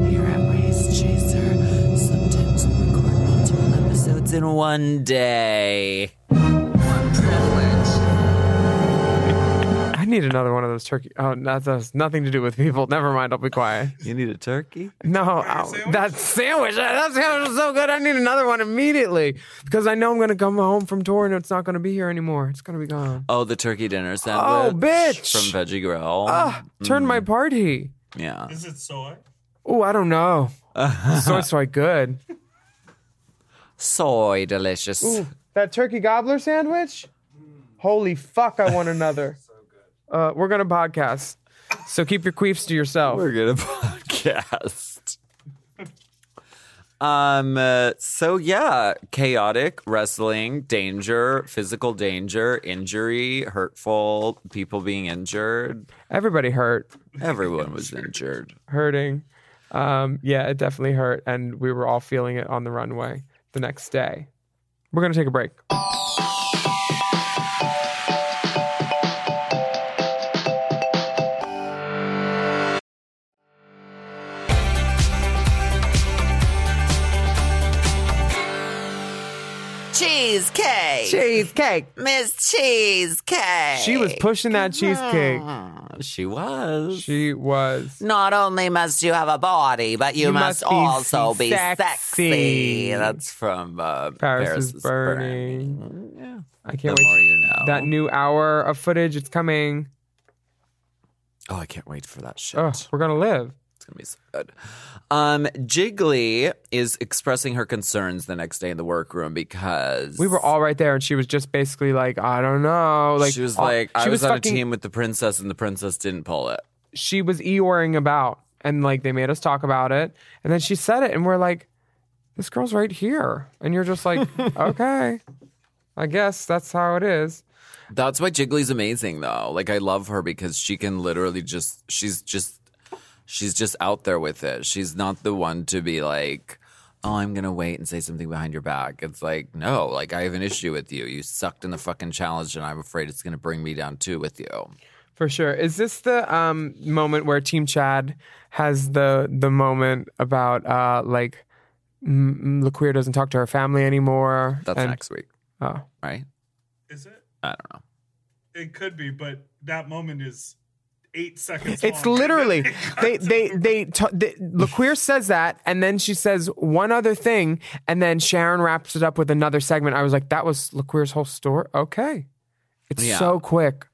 [SPEAKER 3] Here at Race Chaser, sometimes we record multiple episodes in one day.
[SPEAKER 7] I need another one of those turkey. Oh, that has nothing to do with people. Never mind. I'll be quiet.
[SPEAKER 3] You need a turkey?
[SPEAKER 7] No, ow, that sandwich. That sandwich was so good. I need another one immediately because I know I'm gonna come home from tour and it's not gonna be here anymore. It's gonna be gone.
[SPEAKER 3] Oh, the turkey dinner
[SPEAKER 7] Oh,
[SPEAKER 3] sandwich.
[SPEAKER 7] bitch.
[SPEAKER 3] From Veggie Grill.
[SPEAKER 7] Ah, turn my party.
[SPEAKER 3] Yeah.
[SPEAKER 5] Is it soy?
[SPEAKER 7] Oh, I don't know. so so good.
[SPEAKER 3] Soy delicious.
[SPEAKER 7] That turkey gobbler sandwich. Holy fuck! I want another. Uh, we're gonna podcast, so keep your queefs to yourself.
[SPEAKER 3] We're gonna podcast. Um. uh, so yeah, chaotic wrestling, danger, physical danger, injury, hurtful people being injured.
[SPEAKER 7] Everybody hurt,
[SPEAKER 3] Everyone was injured.
[SPEAKER 7] hurting. Um, yeah, it definitely hurt, and we were all feeling it on the runway the next day. We're gonna take a break.
[SPEAKER 8] Cheesecake.
[SPEAKER 7] Cheesecake.
[SPEAKER 8] Miss Cheesecake. Hmm.
[SPEAKER 7] She was pushing that cheesecake.
[SPEAKER 3] She was.
[SPEAKER 7] She was.
[SPEAKER 8] Not only must you have a body, but you,
[SPEAKER 7] You
[SPEAKER 8] must,
[SPEAKER 7] must be
[SPEAKER 8] also be
[SPEAKER 7] sexy.
[SPEAKER 8] sexy.
[SPEAKER 3] That's from uh,
[SPEAKER 7] Paris is Burning.
[SPEAKER 3] Yeah.
[SPEAKER 7] I can't
[SPEAKER 3] The
[SPEAKER 7] wait.
[SPEAKER 3] more you know.
[SPEAKER 7] That new hour of footage, it's coming.
[SPEAKER 3] oh, I can't wait for that shit.
[SPEAKER 7] Oh, we're gonna live.
[SPEAKER 3] It's gonna be so good. Um, Jiggly is expressing her concerns the next day in the workroom because
[SPEAKER 7] We were all right there, and she was just basically like, I don't know. Like
[SPEAKER 3] she was
[SPEAKER 7] all-
[SPEAKER 3] like, I was, on
[SPEAKER 7] fucking-
[SPEAKER 3] a team with the princess, and the princess didn't pull it.
[SPEAKER 7] She was eoring about, and like they made us talk about it, and then she said it, and we're like, this girl's right here, and you're just like, okay, I guess that's how it is.
[SPEAKER 3] That's why Jiggly's amazing, though. Like I love her because she can literally just she's just she's just out there with it. She's not the one to be like, "Oh, I'm gonna wait and say something behind your back." It's like, no, like I have an issue with you. You sucked in the fucking challenge, and I'm afraid it's gonna bring me down too with you.
[SPEAKER 7] For sure. Is this the um, moment where Team Chad has the the moment about uh, like M- M- Laqueer doesn't talk to her family anymore?
[SPEAKER 3] That's
[SPEAKER 7] and,
[SPEAKER 3] next week,
[SPEAKER 7] Oh,
[SPEAKER 3] right?
[SPEAKER 5] Is it?
[SPEAKER 3] I don't know.
[SPEAKER 5] It could be, but that moment is eight seconds.
[SPEAKER 7] It's
[SPEAKER 5] long.
[SPEAKER 7] literally they they they, t- they Laqueer says that, and then she says one other thing, and then Sharon wraps it up with another segment. I was like, that was Laqueer's whole story. Okay, it's
[SPEAKER 3] Yeah.
[SPEAKER 7] so quick.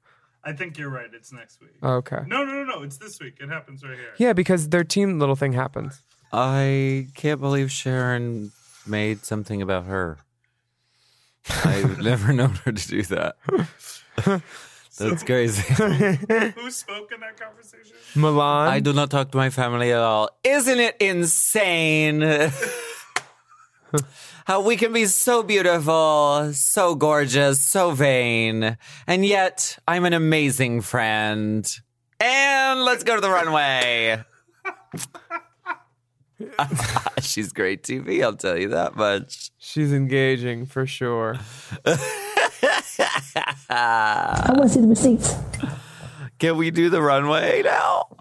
[SPEAKER 5] I think you're right. It's next week.
[SPEAKER 7] Okay,
[SPEAKER 5] No, no, no, no. It's this week. It happens right here.
[SPEAKER 7] yeah, because their team little thing happens.
[SPEAKER 3] I can't believe Sharon made something about her. I've never known her to do that. That's crazy.
[SPEAKER 5] Who spoke in that conversation?
[SPEAKER 7] Milan,
[SPEAKER 3] I do not talk to my family at all. Isn't it insane? How we can be so beautiful, so gorgeous, so vain, and yet I'm an amazing friend. And let's go to the runway. She's great TV, I'll tell you that much.
[SPEAKER 7] she's engaging for sure.
[SPEAKER 9] I want to see the receipts.
[SPEAKER 3] Can we do the runway now?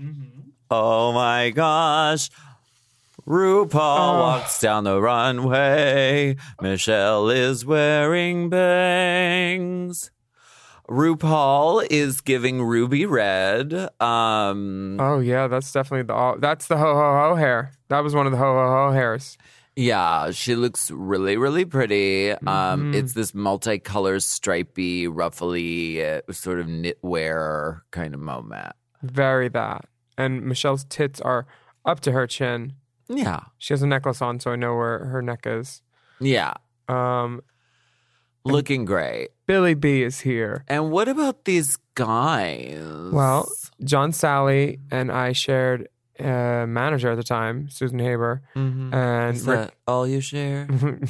[SPEAKER 3] Oh my gosh. RuPaul walks down the runway. Michelle is wearing bangs. RuPaul is giving ruby red. Um,
[SPEAKER 7] Oh yeah, that's definitely the all, that's the ho ho ho hair. That was one of the ho ho ho hairs.
[SPEAKER 3] yeah, she looks really, really pretty. Um, it's this multicolor, stripy, ruffly uh, sort of knitwear kind of moment.
[SPEAKER 7] Very that. And Michelle's tits are up to her chin.
[SPEAKER 3] Yeah,
[SPEAKER 7] She has a necklace on, so I know where her neck is.
[SPEAKER 3] yeah,
[SPEAKER 7] Um,
[SPEAKER 3] looking great.
[SPEAKER 7] Billy B is here.
[SPEAKER 3] And what about these guys?
[SPEAKER 7] Well, John Sally and I shared a manager at the time, Susan Haber, and
[SPEAKER 3] is
[SPEAKER 7] Rick,
[SPEAKER 3] that all you share?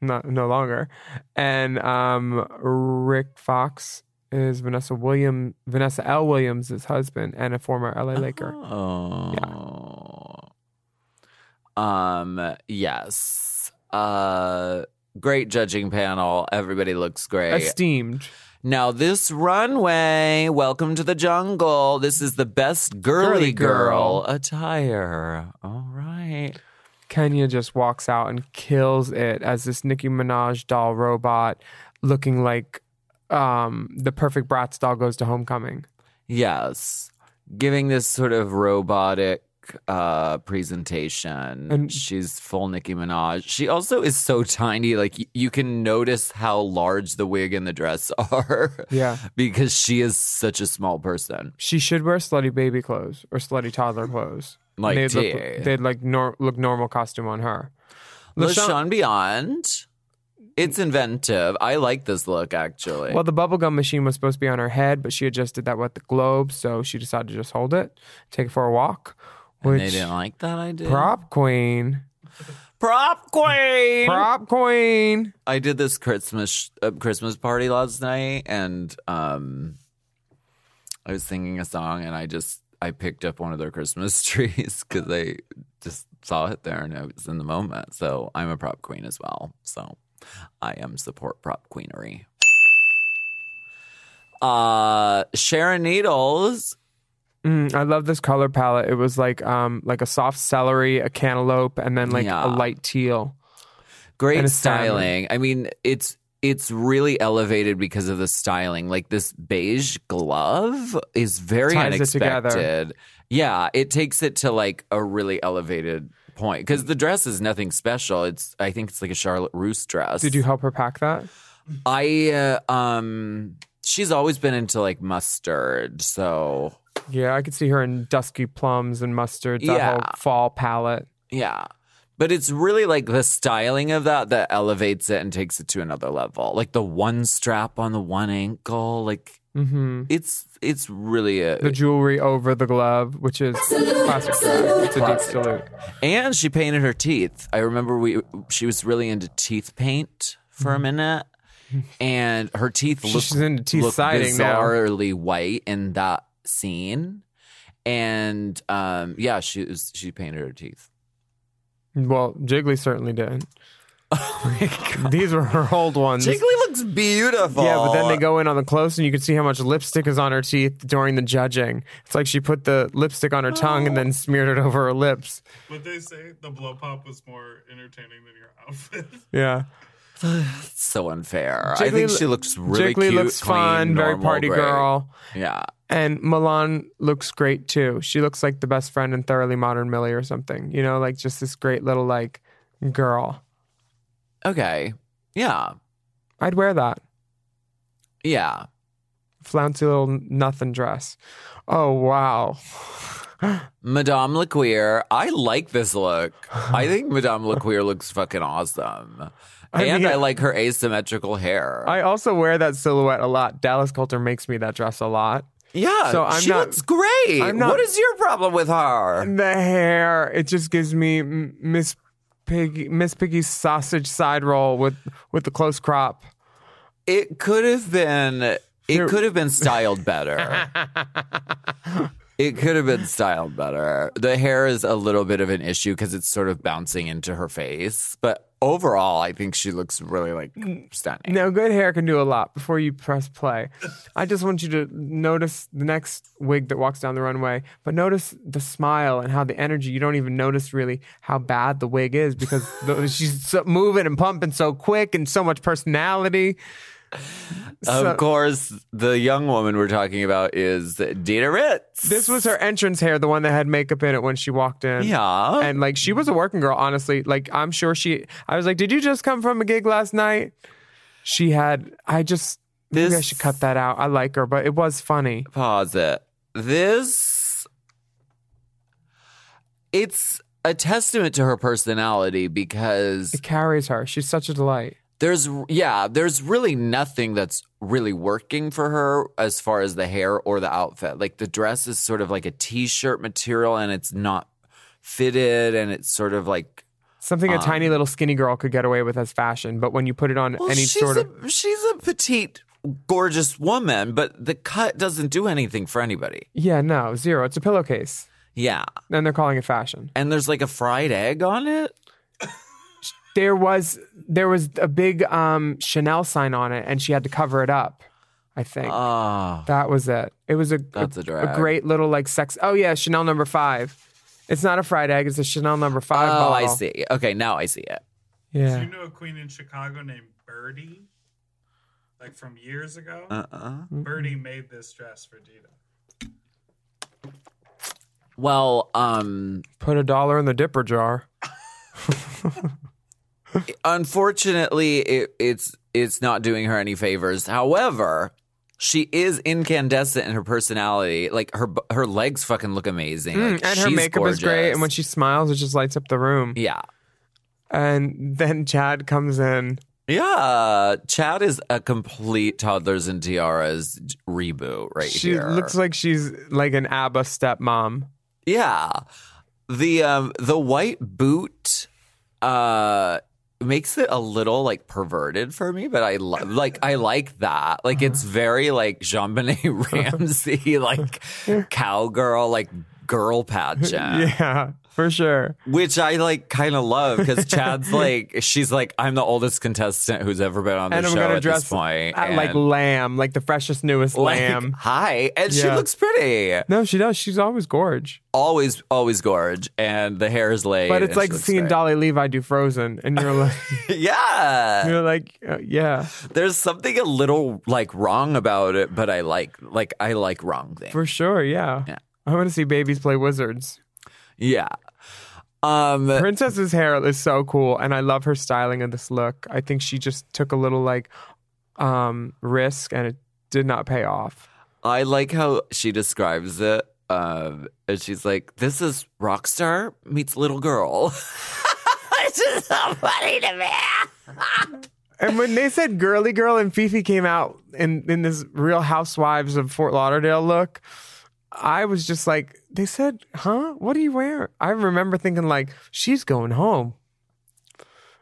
[SPEAKER 7] not no longer, and um, Rick Fox is Vanessa William, Vanessa L. Williams' husband, and a former LA Laker.
[SPEAKER 3] Oh. Um, yes. Uh great judging panel. Everybody looks great.
[SPEAKER 7] Esteemed.
[SPEAKER 3] now this runway, welcome to the jungle. This is the best girly,
[SPEAKER 7] Girly
[SPEAKER 3] girl.
[SPEAKER 7] girl.
[SPEAKER 3] attire. All right.
[SPEAKER 7] Kenya just walks out and kills it as this Nicki Minaj doll robot looking like um, the perfect Bratz doll goes to homecoming.
[SPEAKER 3] Yes. Giving this sort of robotic uh presentation.
[SPEAKER 7] And-
[SPEAKER 3] She's full Nicki Minaj. She also is so tiny, like y- you can notice how large the wig and the dress are.
[SPEAKER 7] Yeah.
[SPEAKER 3] Because she is such a small person.
[SPEAKER 7] She should wear slutty baby clothes or slutty toddler clothes. And
[SPEAKER 3] Like
[SPEAKER 7] they'd
[SPEAKER 3] tea.
[SPEAKER 7] look, they'd like nor- look normal costume on her.
[SPEAKER 3] LaShawn,
[SPEAKER 7] LaShawn-
[SPEAKER 3] Beyond. It's inventive. I like this look actually.
[SPEAKER 7] Well, the bubblegum machine was supposed to be on her head, but she adjusted that with the globe, so she decided to just hold it, take it for a walk.
[SPEAKER 3] and
[SPEAKER 7] Which
[SPEAKER 3] they didn't like that idea.
[SPEAKER 7] prop queen,
[SPEAKER 3] Prop queen.
[SPEAKER 7] prop queen.
[SPEAKER 3] I did this Christmas uh, Christmas party last night, and um, I was singing a song, and I just I picked up one of their Christmas trees because I just saw it there, and I was in the moment. So I'm a prop queen as well. So I am support prop queenery. Uh, Sharon Needles.
[SPEAKER 7] Mm, I love this color palette. It was like um like a soft celery, a cantaloupe, and then like
[SPEAKER 3] Yeah.
[SPEAKER 7] a light teal.
[SPEAKER 3] great
[SPEAKER 7] And it's salmon.
[SPEAKER 3] styling. I mean, it's it's really elevated because of the styling. Like this beige glove is very
[SPEAKER 7] Ties it together.
[SPEAKER 3] unexpected. yeah, it takes it to like a really elevated point because the dress is nothing special. It's I think it's like a Charlotte Russe dress.
[SPEAKER 7] Did you help her pack that?
[SPEAKER 3] I uh, um, she's always been into like mustard, so
[SPEAKER 7] Yeah, I could see her in dusky plums and mustard, that
[SPEAKER 3] Yeah.
[SPEAKER 7] whole fall palette.
[SPEAKER 3] Yeah. But it's really like the styling of that that elevates it and takes it to another level. Like the one strap on the one ankle, like
[SPEAKER 7] hmm
[SPEAKER 3] it's it's really a
[SPEAKER 7] The jewelry over the glove, which is classic. dress. It's a deep
[SPEAKER 3] Classic.
[SPEAKER 7] salute.
[SPEAKER 3] and she painted her teeth. I remember we she was really into teeth paint for a minute, and her teeth look,
[SPEAKER 7] Mm-hmm. She's into teeth
[SPEAKER 3] look
[SPEAKER 7] siding now.
[SPEAKER 3] bizarrely white in that scene. And um, yeah, she was, she painted her teeth.
[SPEAKER 7] Well, Jiggly certainly didn't. Oh These were her old ones.
[SPEAKER 3] Jiggly looks beautiful.
[SPEAKER 7] Yeah, but then they go in on the close, and you can see how much lipstick is on her teeth during the judging. It's like she put the lipstick on her tongue and then smeared it over her lips.
[SPEAKER 5] Would they say the blow pop was more entertaining than your outfit?
[SPEAKER 7] Yeah,
[SPEAKER 3] so unfair. I
[SPEAKER 7] Jiggly
[SPEAKER 3] think
[SPEAKER 7] lo-
[SPEAKER 3] she looks really
[SPEAKER 7] Jiggly
[SPEAKER 3] cute,
[SPEAKER 7] looks
[SPEAKER 3] clean,
[SPEAKER 7] fun, very
[SPEAKER 3] normal,
[SPEAKER 7] party
[SPEAKER 3] great.
[SPEAKER 7] girl,
[SPEAKER 3] Yeah,
[SPEAKER 7] and Milan looks great too. She looks like the best friend in Thoroughly Modern Millie or something. You know, like just this great little like girl.
[SPEAKER 3] okay, yeah,
[SPEAKER 7] I'd wear that
[SPEAKER 3] yeah.
[SPEAKER 7] flouncy little nothing dress. Oh wow.
[SPEAKER 3] Madame LeQueer, I like this look. I think Madame LeQueer looks fucking awesome.
[SPEAKER 7] I
[SPEAKER 3] and
[SPEAKER 7] mean-
[SPEAKER 3] I like her asymmetrical hair.
[SPEAKER 7] I also wear that silhouette a lot. Dallas Coulter makes me that dress a lot.
[SPEAKER 3] yeah,
[SPEAKER 7] so I'm
[SPEAKER 3] she
[SPEAKER 7] not-
[SPEAKER 3] looks great.
[SPEAKER 7] I'm not-
[SPEAKER 3] what is your problem with her?
[SPEAKER 7] And the hair, it just gives me M- Miss Piggy, Miss Piggy's sausage side roll with with the close crop.
[SPEAKER 3] It could have been it could have been styled better. it could have been styled better. The hair is a little bit of an issue because it's sort of bouncing into her face. But overall, I think she looks really like stunning.
[SPEAKER 7] Now, good hair can do a lot. Before you press play, I just want you to notice the next wig that walks down the runway, but notice the smile and how the energy. You don't even notice really how bad the wig is because the, she's so, moving and pumping so quick and so much personality. So-
[SPEAKER 3] Of course, the young woman we're talking about is Dita Ritz.
[SPEAKER 7] This was her entrance hair, the one that had makeup in it when she walked in.
[SPEAKER 3] Yeah.
[SPEAKER 7] And like she was a working girl, honestly. Like I'm sure she I was like, Did you just come from a gig last night? She had I just maybe I
[SPEAKER 3] This-
[SPEAKER 7] should cut that out. I like her, but it was funny.
[SPEAKER 3] Pause it. This. It's a testament to her personality because
[SPEAKER 7] It carries her. She's such a delight.
[SPEAKER 3] there's yeah there's really nothing that's really working for her as far as the hair or the outfit like the dress is sort of like a t-shirt material and it's not fitted and it's sort of like
[SPEAKER 7] Something a tiny little skinny girl could get away with as fashion, but when you put it on
[SPEAKER 3] Um, Well,
[SPEAKER 7] any
[SPEAKER 3] she's
[SPEAKER 7] sort
[SPEAKER 3] a,
[SPEAKER 7] of
[SPEAKER 3] she's a petite, gorgeous woman, but the cut doesn't do anything for anybody.
[SPEAKER 7] Yeah, no, zero. It's a pillowcase.
[SPEAKER 3] Yeah,
[SPEAKER 7] And they're calling it fashion.
[SPEAKER 3] and there's like a fried egg on it.
[SPEAKER 7] there was there was a big um, Chanel sign on it, and she had to cover it up. I think
[SPEAKER 3] Oh,
[SPEAKER 7] that was it. It was a
[SPEAKER 3] That's a drag.
[SPEAKER 7] great little like sex. Oh yeah, Chanel number five. It's not a fried egg. It's a Chanel number
[SPEAKER 3] oh,
[SPEAKER 7] five.
[SPEAKER 3] I
[SPEAKER 7] bottle.
[SPEAKER 3] see. Okay, now I see it.
[SPEAKER 5] Do
[SPEAKER 7] Yeah,
[SPEAKER 5] you know a queen in Chicago named Birdie? Like from years ago?
[SPEAKER 3] Uh uh
[SPEAKER 7] Uh-uh. mm-hmm.
[SPEAKER 5] Birdie made this dress for Dita.
[SPEAKER 3] Well, um,
[SPEAKER 7] put a dollar in the dipper jar.
[SPEAKER 3] unfortunately, it, it's it's not doing her any favors. However. She is incandescent in her personality. Like her, bu- her legs fucking look amazing. Mm, Like,
[SPEAKER 7] Mm, and her
[SPEAKER 3] she's
[SPEAKER 7] makeup
[SPEAKER 3] gorgeous.
[SPEAKER 7] is great. And when she smiles, it just lights up the room.
[SPEAKER 3] yeah,
[SPEAKER 7] And then Chad comes in.
[SPEAKER 3] Yeah, Chad is a complete toddlers and tiaras j- reboot right
[SPEAKER 7] she
[SPEAKER 3] here.
[SPEAKER 7] looks like she's like an ABBA stepmom.
[SPEAKER 3] yeah, the um the white boot uh makes it a little like perverted for me, but I love like I like that. Like it's
[SPEAKER 7] Uh-huh.
[SPEAKER 3] very like Jean Benet Ramsey like cowgirl like girl pageant.
[SPEAKER 7] Yeah, for sure.
[SPEAKER 3] Which I like kind of love because Chad's like she's like I'm the oldest contestant who's ever been on the
[SPEAKER 7] and I'm
[SPEAKER 3] show
[SPEAKER 7] gonna
[SPEAKER 3] at
[SPEAKER 7] dress
[SPEAKER 3] this point.
[SPEAKER 7] uh, like
[SPEAKER 3] and-
[SPEAKER 7] lamb, like the freshest, newest
[SPEAKER 3] Like,
[SPEAKER 7] lamb.
[SPEAKER 3] Hi, and she
[SPEAKER 7] Yeah.
[SPEAKER 3] looks pretty.
[SPEAKER 7] No, she does. She's always gorge.
[SPEAKER 3] Always, always gorge, and the hair is laid.
[SPEAKER 7] But
[SPEAKER 3] and
[SPEAKER 7] it's
[SPEAKER 3] she
[SPEAKER 7] like
[SPEAKER 3] looks
[SPEAKER 7] seeing
[SPEAKER 3] great.
[SPEAKER 7] Dolly Levi do Frozen, and you're like,
[SPEAKER 3] Yeah,
[SPEAKER 7] you're like, uh, yeah,
[SPEAKER 3] there's something a little like wrong about it, but I like, like I like wrong things.
[SPEAKER 7] for sure, yeah.
[SPEAKER 3] Yeah.
[SPEAKER 7] I want to see babies play wizards.
[SPEAKER 3] yeah.
[SPEAKER 7] Uh,
[SPEAKER 3] Um.
[SPEAKER 7] Princess's hair is so cool, and I love her styling of this look. I think she just took a little like um risk, and it did not pay off.
[SPEAKER 3] I like how she describes it. Um, and she's like, "This is rock star meets little girl."
[SPEAKER 8] It's just so funny to me.
[SPEAKER 7] And when they said girly girl and Fifi came out in, in this Real Housewives of Fort Lauderdale look, I was just like, they said, huh? What do you wear? I remember thinking, like, she's going home.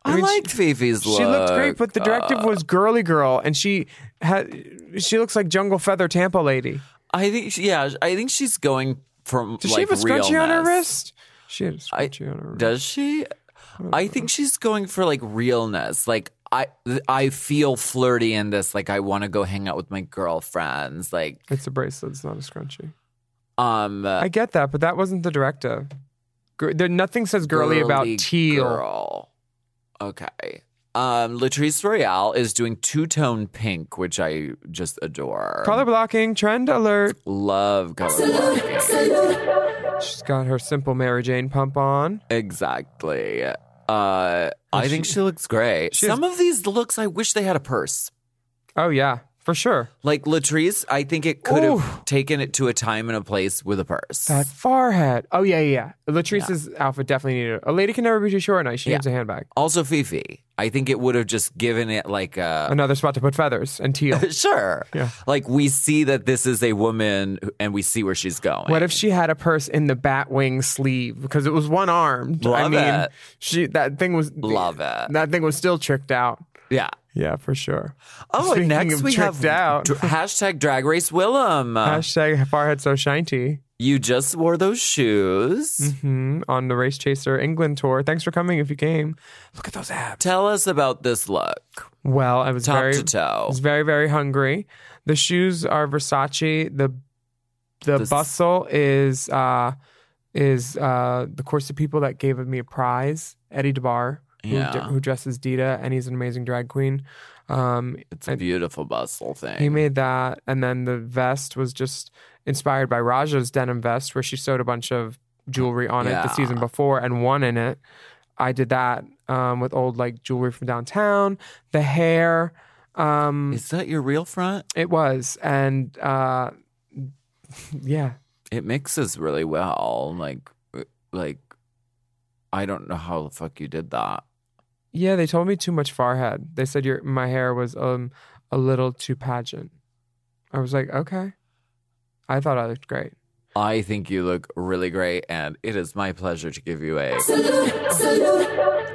[SPEAKER 3] I,
[SPEAKER 7] mean, she-
[SPEAKER 3] liked Fifi's look.
[SPEAKER 7] She looked great, but the directive was girly girl, and she had she looks like Jungle Feather Tampa lady.
[SPEAKER 3] I think, she- yeah, I think she's going from.
[SPEAKER 7] Does
[SPEAKER 3] like,
[SPEAKER 7] she have a scrunchie on her
[SPEAKER 3] realness.
[SPEAKER 7] wrist? She had a
[SPEAKER 3] I-
[SPEAKER 7] scrunchie on her wrist.
[SPEAKER 3] Does she? I think she's going for like realness. Like I, th- I feel flirty in this. Like I want to go hang out with my girlfriends. Like,
[SPEAKER 7] It's a bracelet. It's not a scrunchie.
[SPEAKER 3] um,
[SPEAKER 7] I get that, but that wasn't the directive. Gir- there, nothing says girly, about teal.
[SPEAKER 3] Girl. Okay. Um, Latrice Royale is doing two tone pink, which I just adore.
[SPEAKER 7] Color blocking trend alert.
[SPEAKER 3] Love color.
[SPEAKER 7] She's got her simple Mary Jane pump on.
[SPEAKER 3] Exactly. Uh, I think she looks great.
[SPEAKER 7] Oh, she has-
[SPEAKER 3] Some of these looks, I wish they had a purse.
[SPEAKER 7] Oh yeah, for sure.
[SPEAKER 3] Like Latrice, I think it could
[SPEAKER 7] Ooh.
[SPEAKER 3] have taken it to a time and a place with a purse.
[SPEAKER 7] That forehead. Oh yeah, yeah. yeah. Latrice's outfit definitely needed. it. A lady can never be too short. Nice. She
[SPEAKER 3] Yeah.
[SPEAKER 7] needs a handbag.
[SPEAKER 3] also, Fifi, I think it would have just given it like a
[SPEAKER 7] Another spot to put feathers and teal.
[SPEAKER 3] sure.
[SPEAKER 7] Yeah.
[SPEAKER 3] Like we see that this is a woman, who- and we see where she's going.
[SPEAKER 7] What if she had a purse in the bat wing sleeve because it was one armed? I
[SPEAKER 3] Love
[SPEAKER 7] mean,
[SPEAKER 3] it.
[SPEAKER 7] she that thing was
[SPEAKER 3] Love it.
[SPEAKER 7] That thing was still tricked out.
[SPEAKER 3] Yeah.
[SPEAKER 7] Yeah, for sure.
[SPEAKER 3] Oh,
[SPEAKER 7] Speaking
[SPEAKER 3] and next
[SPEAKER 7] of
[SPEAKER 3] we
[SPEAKER 7] tricked
[SPEAKER 3] have
[SPEAKER 7] out.
[SPEAKER 3] dr- hashtag Drag Race Willem. Uh,
[SPEAKER 7] Hashtag forehead so shiny
[SPEAKER 3] you just wore those shoes.
[SPEAKER 7] hmm, on the Race Chaser England tour. Thanks for coming if you came. Look at those abs.
[SPEAKER 3] Tell us about this look,
[SPEAKER 7] Well, I was
[SPEAKER 3] top
[SPEAKER 7] very
[SPEAKER 3] to toe.
[SPEAKER 7] I was very very hungry. The shoes are Versace. The the,
[SPEAKER 3] The s-
[SPEAKER 7] bustle is uh is uh the course of people that gave me a prize. Eddie DeBar, who,
[SPEAKER 3] Yeah.
[SPEAKER 7] d- who dresses Dita, and he's an amazing drag queen. Um,
[SPEAKER 3] It's a beautiful bustle thing.
[SPEAKER 7] he made that, and then the vest was just inspired by Raja's denim vest, where she sewed a bunch of jewelry on it the
[SPEAKER 3] Yeah.
[SPEAKER 7] season before and won in it. I did that um, with old like jewelry from downtown. The hair. Um,
[SPEAKER 3] is that your real front?
[SPEAKER 7] it was, and uh, yeah,
[SPEAKER 3] It mixes really well. Like, uh, like, I don't know how the fuck you did that.
[SPEAKER 7] yeah. They told me too much forehead. They said your my hair was um a little too pageant. I was like, okay. I thought I looked great.
[SPEAKER 3] I think you look really great, and it is my pleasure to give you a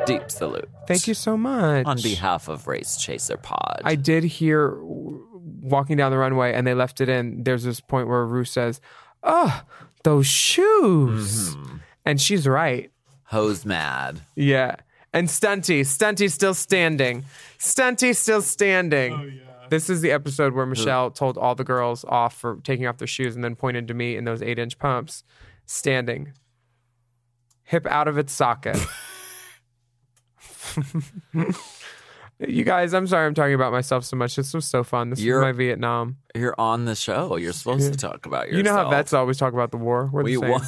[SPEAKER 3] deep salute.
[SPEAKER 7] Thank you so much.
[SPEAKER 3] on behalf of Race Chaser Pod.
[SPEAKER 7] I did hear w- walking down the runway, and they left it in. There's this point where Rue says, "Oh, those shoes," and she's right.
[SPEAKER 3] hose mad.
[SPEAKER 7] Yeah. And Stunty. Stunty's still standing. Stunty's still standing. Oh, yeah. This is the episode where Michelle told all the girls off for taking off their shoes and then pointed to me in those eight inch pumps. Standing. Hip out of its socket. you guys, I'm sorry I'm talking about myself so much. This was so fun. This
[SPEAKER 3] You're-
[SPEAKER 7] was my Vietnam.
[SPEAKER 3] You're on the show. You're supposed to talk about yourself.
[SPEAKER 7] You know how vets always talk about the war? We're
[SPEAKER 3] we
[SPEAKER 7] the same.
[SPEAKER 3] want.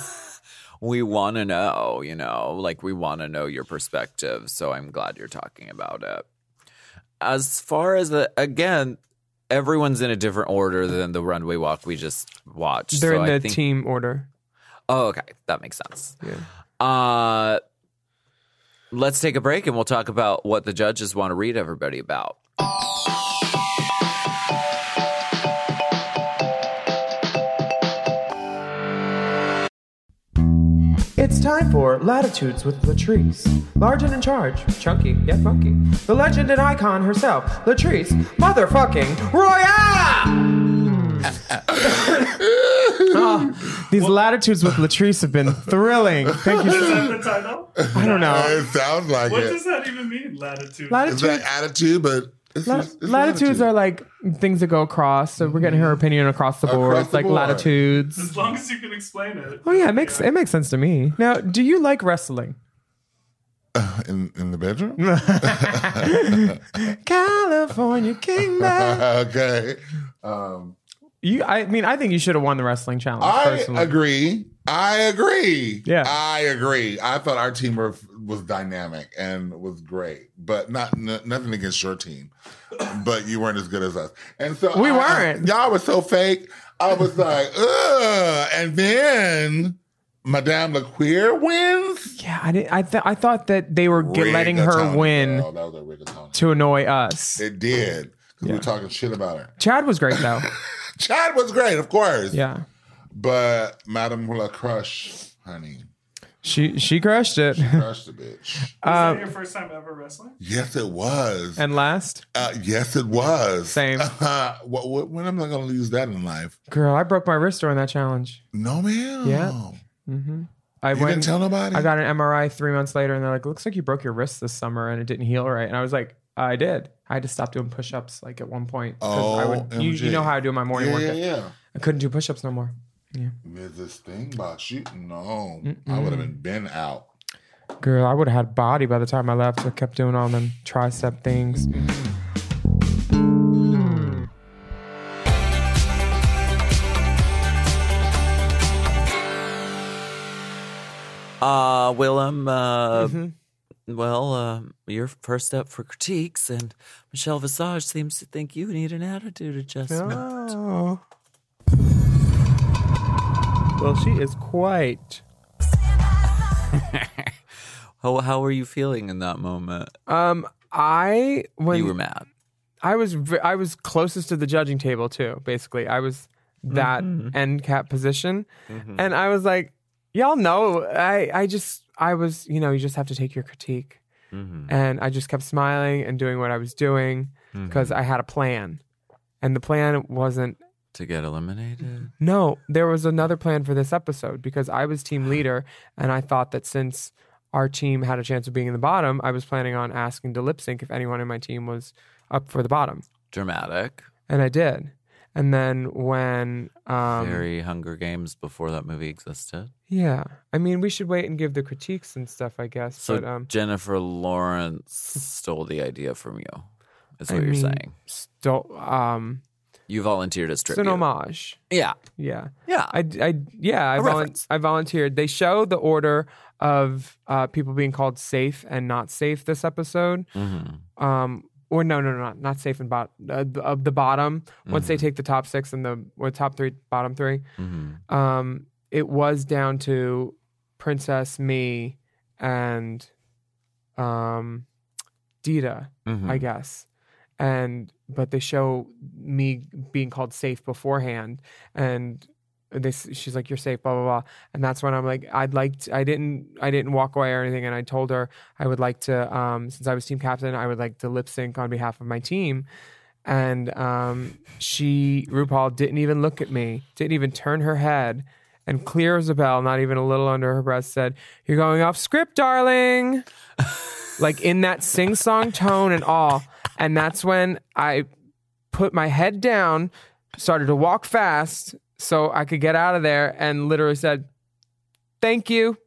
[SPEAKER 3] We want to know, you know, like we want to know your perspective. So I'm glad you're talking about it. As far as the, again, everyone's in a different order than the runway walk we just watched.
[SPEAKER 7] They're
[SPEAKER 3] so
[SPEAKER 7] in
[SPEAKER 3] I
[SPEAKER 7] the
[SPEAKER 3] think-
[SPEAKER 7] team order.
[SPEAKER 3] Oh, okay, that makes sense.
[SPEAKER 7] Yeah.
[SPEAKER 3] Uh, let's take a break and we'll talk about what the judges want to read everybody about.
[SPEAKER 7] It's time for Latitudes with Latrice. Large and in charge, chunky yet funky. The legend and icon herself, Latrice motherfucking Royale! Ah, these Latitudes with Latrice have been thrilling. Thank
[SPEAKER 5] Is
[SPEAKER 7] you.
[SPEAKER 5] that the title?
[SPEAKER 7] I don't know.
[SPEAKER 1] It sounds like
[SPEAKER 5] What
[SPEAKER 1] it.
[SPEAKER 5] does that even mean, latitude?
[SPEAKER 1] It's
[SPEAKER 7] Latitudes,
[SPEAKER 1] that attitude, but it's,
[SPEAKER 7] la-
[SPEAKER 1] just- it's
[SPEAKER 7] latitudes are like things that go across, so we're getting her opinion across the board.
[SPEAKER 1] Mm-hmm. Across
[SPEAKER 7] it's
[SPEAKER 1] the
[SPEAKER 7] like
[SPEAKER 1] board.
[SPEAKER 7] latitudes.
[SPEAKER 5] as long as you can explain it.
[SPEAKER 7] Oh yeah, it makes it makes sense to me. Now, do you like wrestling?
[SPEAKER 1] in in the bedroom.
[SPEAKER 7] California Kingdom.
[SPEAKER 1] okay, um,
[SPEAKER 7] You, I mean, I think you should have won the wrestling challenge.
[SPEAKER 1] I
[SPEAKER 7] personally.
[SPEAKER 1] agree. I agree.
[SPEAKER 7] Yeah.
[SPEAKER 1] I agree. I thought our team were f- was dynamic and was great, but not n- nothing against your team, but you weren't as good as us. And so
[SPEAKER 7] We
[SPEAKER 1] I-
[SPEAKER 7] weren't.
[SPEAKER 1] y'all was so fake. I was like, ugh. And then Madame LaQueer wins.
[SPEAKER 7] Yeah, I didn't, I th- I thought that they were g- letting her
[SPEAKER 1] Rigatoni,
[SPEAKER 7] win
[SPEAKER 1] girl. That was a rigatoni.
[SPEAKER 7] to annoy us.
[SPEAKER 1] It did. 'cause We were talking shit about her.
[SPEAKER 7] Chad was great though.
[SPEAKER 1] Chad was great, of course.
[SPEAKER 7] yeah,
[SPEAKER 1] But Madame La Crush, honey,
[SPEAKER 7] she she crushed it. Um,
[SPEAKER 1] crushed the bitch.
[SPEAKER 5] that your first time ever wrestling?
[SPEAKER 1] Yes, it was.
[SPEAKER 7] and last,
[SPEAKER 1] Uh, yes, it was.
[SPEAKER 7] Same.
[SPEAKER 1] Uh, what, what, when am I going to lose that in life?
[SPEAKER 7] girl, I broke my wrist during that challenge.
[SPEAKER 1] No, ma'am. Oh,
[SPEAKER 7] Yeah. hmm I
[SPEAKER 1] You didn't tell nobody?
[SPEAKER 7] I got an MRI three months later, and they're like, "Looks like you broke your wrist this summer, and it didn't heal right." And I was like, "I did. I had to stop doing push-ups like at one point 'cause I would- you, you
[SPEAKER 1] OMG.
[SPEAKER 7] know how I do my morning
[SPEAKER 1] Oh, yeah, yeah,
[SPEAKER 7] workout.
[SPEAKER 1] yeah.
[SPEAKER 7] I couldn't do push-ups no more.
[SPEAKER 1] Mrs. Stingbox, you no, I would have been been out.
[SPEAKER 7] Girl, I would have had body by the time I left. I kept doing all them tricep things.
[SPEAKER 3] Uh, Willem, uh,
[SPEAKER 7] Mm-hmm.
[SPEAKER 3] well, uh, you're first up for critiques, and Michelle Visage seems to think you need an attitude adjustment.
[SPEAKER 7] Oh. Well, she is quite.
[SPEAKER 3] How, how were you feeling in that moment?
[SPEAKER 7] Um, I when
[SPEAKER 3] you were mad.
[SPEAKER 7] I was v- I was closest to the judging table too. Basically, I was that end cap position, and I was like, y'all know, I I just I was you know you just have to take your critique,
[SPEAKER 3] Mm-hmm.
[SPEAKER 7] and I just kept smiling and doing what I was doing because I had a plan, and the plan wasn't
[SPEAKER 3] To get
[SPEAKER 7] Mm-hmm.
[SPEAKER 3] eliminated?
[SPEAKER 7] no, there was another plan for this episode because I was team leader and I thought that since our team had a chance of being in the bottom, I was planning on asking to lip sync if anyone in my team was up for the bottom.
[SPEAKER 3] Dramatic.
[SPEAKER 7] And I did. And then when um
[SPEAKER 3] Very Hunger Games before that movie existed.
[SPEAKER 7] yeah, I mean we should wait and give the critiques and stuff, I guess,
[SPEAKER 3] So
[SPEAKER 7] but um
[SPEAKER 3] Jennifer Lawrence stole the idea from you, is
[SPEAKER 7] I
[SPEAKER 3] what you're
[SPEAKER 7] mean,
[SPEAKER 3] saying.
[SPEAKER 7] Still um
[SPEAKER 3] You volunteered as
[SPEAKER 7] it's
[SPEAKER 3] tribute.
[SPEAKER 7] an homage.
[SPEAKER 3] Yeah.
[SPEAKER 7] Yeah.
[SPEAKER 3] Yeah.
[SPEAKER 7] I, I yeah, I, volun-
[SPEAKER 3] reference.
[SPEAKER 7] I volunteered. They show the order of uh, people being called safe and not safe this episode.
[SPEAKER 3] Mm-hmm.
[SPEAKER 7] Um, or no, no, no, not, not safe and bot uh, th- of the bottom. Once they
[SPEAKER 3] Mm-hmm.
[SPEAKER 7] take the top six and the or top three, bottom 3 um, it was down to Princess Me and um, Dita,
[SPEAKER 3] Mm-hmm. Hmm.
[SPEAKER 7] I guess. And but they show me being called safe beforehand, and they s- she's like you're safe blah blah blah and that's when i'm like i'd like to, i didn't i didn't walk away or anything and i told her i would like to um since i was team captain i would like to lip sync on behalf of my team and um she rupaul didn't even look at me didn't even turn her head and clear as a bell not even a little under her breath said you're going off script darling like in that sing-song tone and all and that's when i put my head down, started to walk fast so I could get out of there, and literally said, "Thank you,"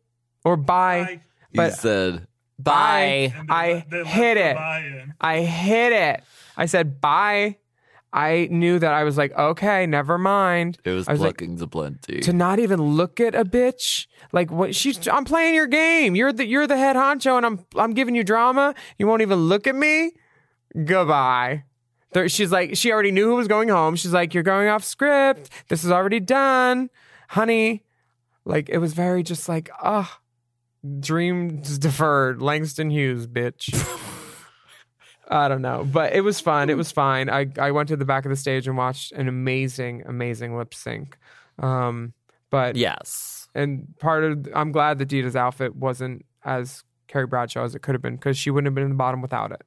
[SPEAKER 7] or "Bye."
[SPEAKER 5] Bye.
[SPEAKER 3] you
[SPEAKER 7] But-
[SPEAKER 3] said,
[SPEAKER 7] Bye.
[SPEAKER 3] bye.
[SPEAKER 5] And they
[SPEAKER 7] I
[SPEAKER 5] let- they left
[SPEAKER 7] hit
[SPEAKER 5] the
[SPEAKER 7] it.
[SPEAKER 5] buy-in.
[SPEAKER 7] I hit it. I said, "Bye." I knew that I was like, "Okay, never mind."
[SPEAKER 3] It was,
[SPEAKER 7] I was like,
[SPEAKER 3] plucking the plenty.
[SPEAKER 7] to not even look at a bitch like what she's I'm playing your game. You're the you're the head honcho and I'm I'm giving you drama. You won't even look at me. Goodbye. There, she's like she already knew who was going home. She's like you're going off script. This is already done. Honey, like it was very just like ah dreams deferred. Langston Hughes, bitch. I don't know, but it was fun. It was fine. I, I went to the back of the stage and watched an amazing, amazing lip sync. Um, but
[SPEAKER 3] yes.
[SPEAKER 7] and part of I'm glad that Dita's outfit wasn't as Carrie Bradshaw as it could have been because she wouldn't have been in the bottom without it.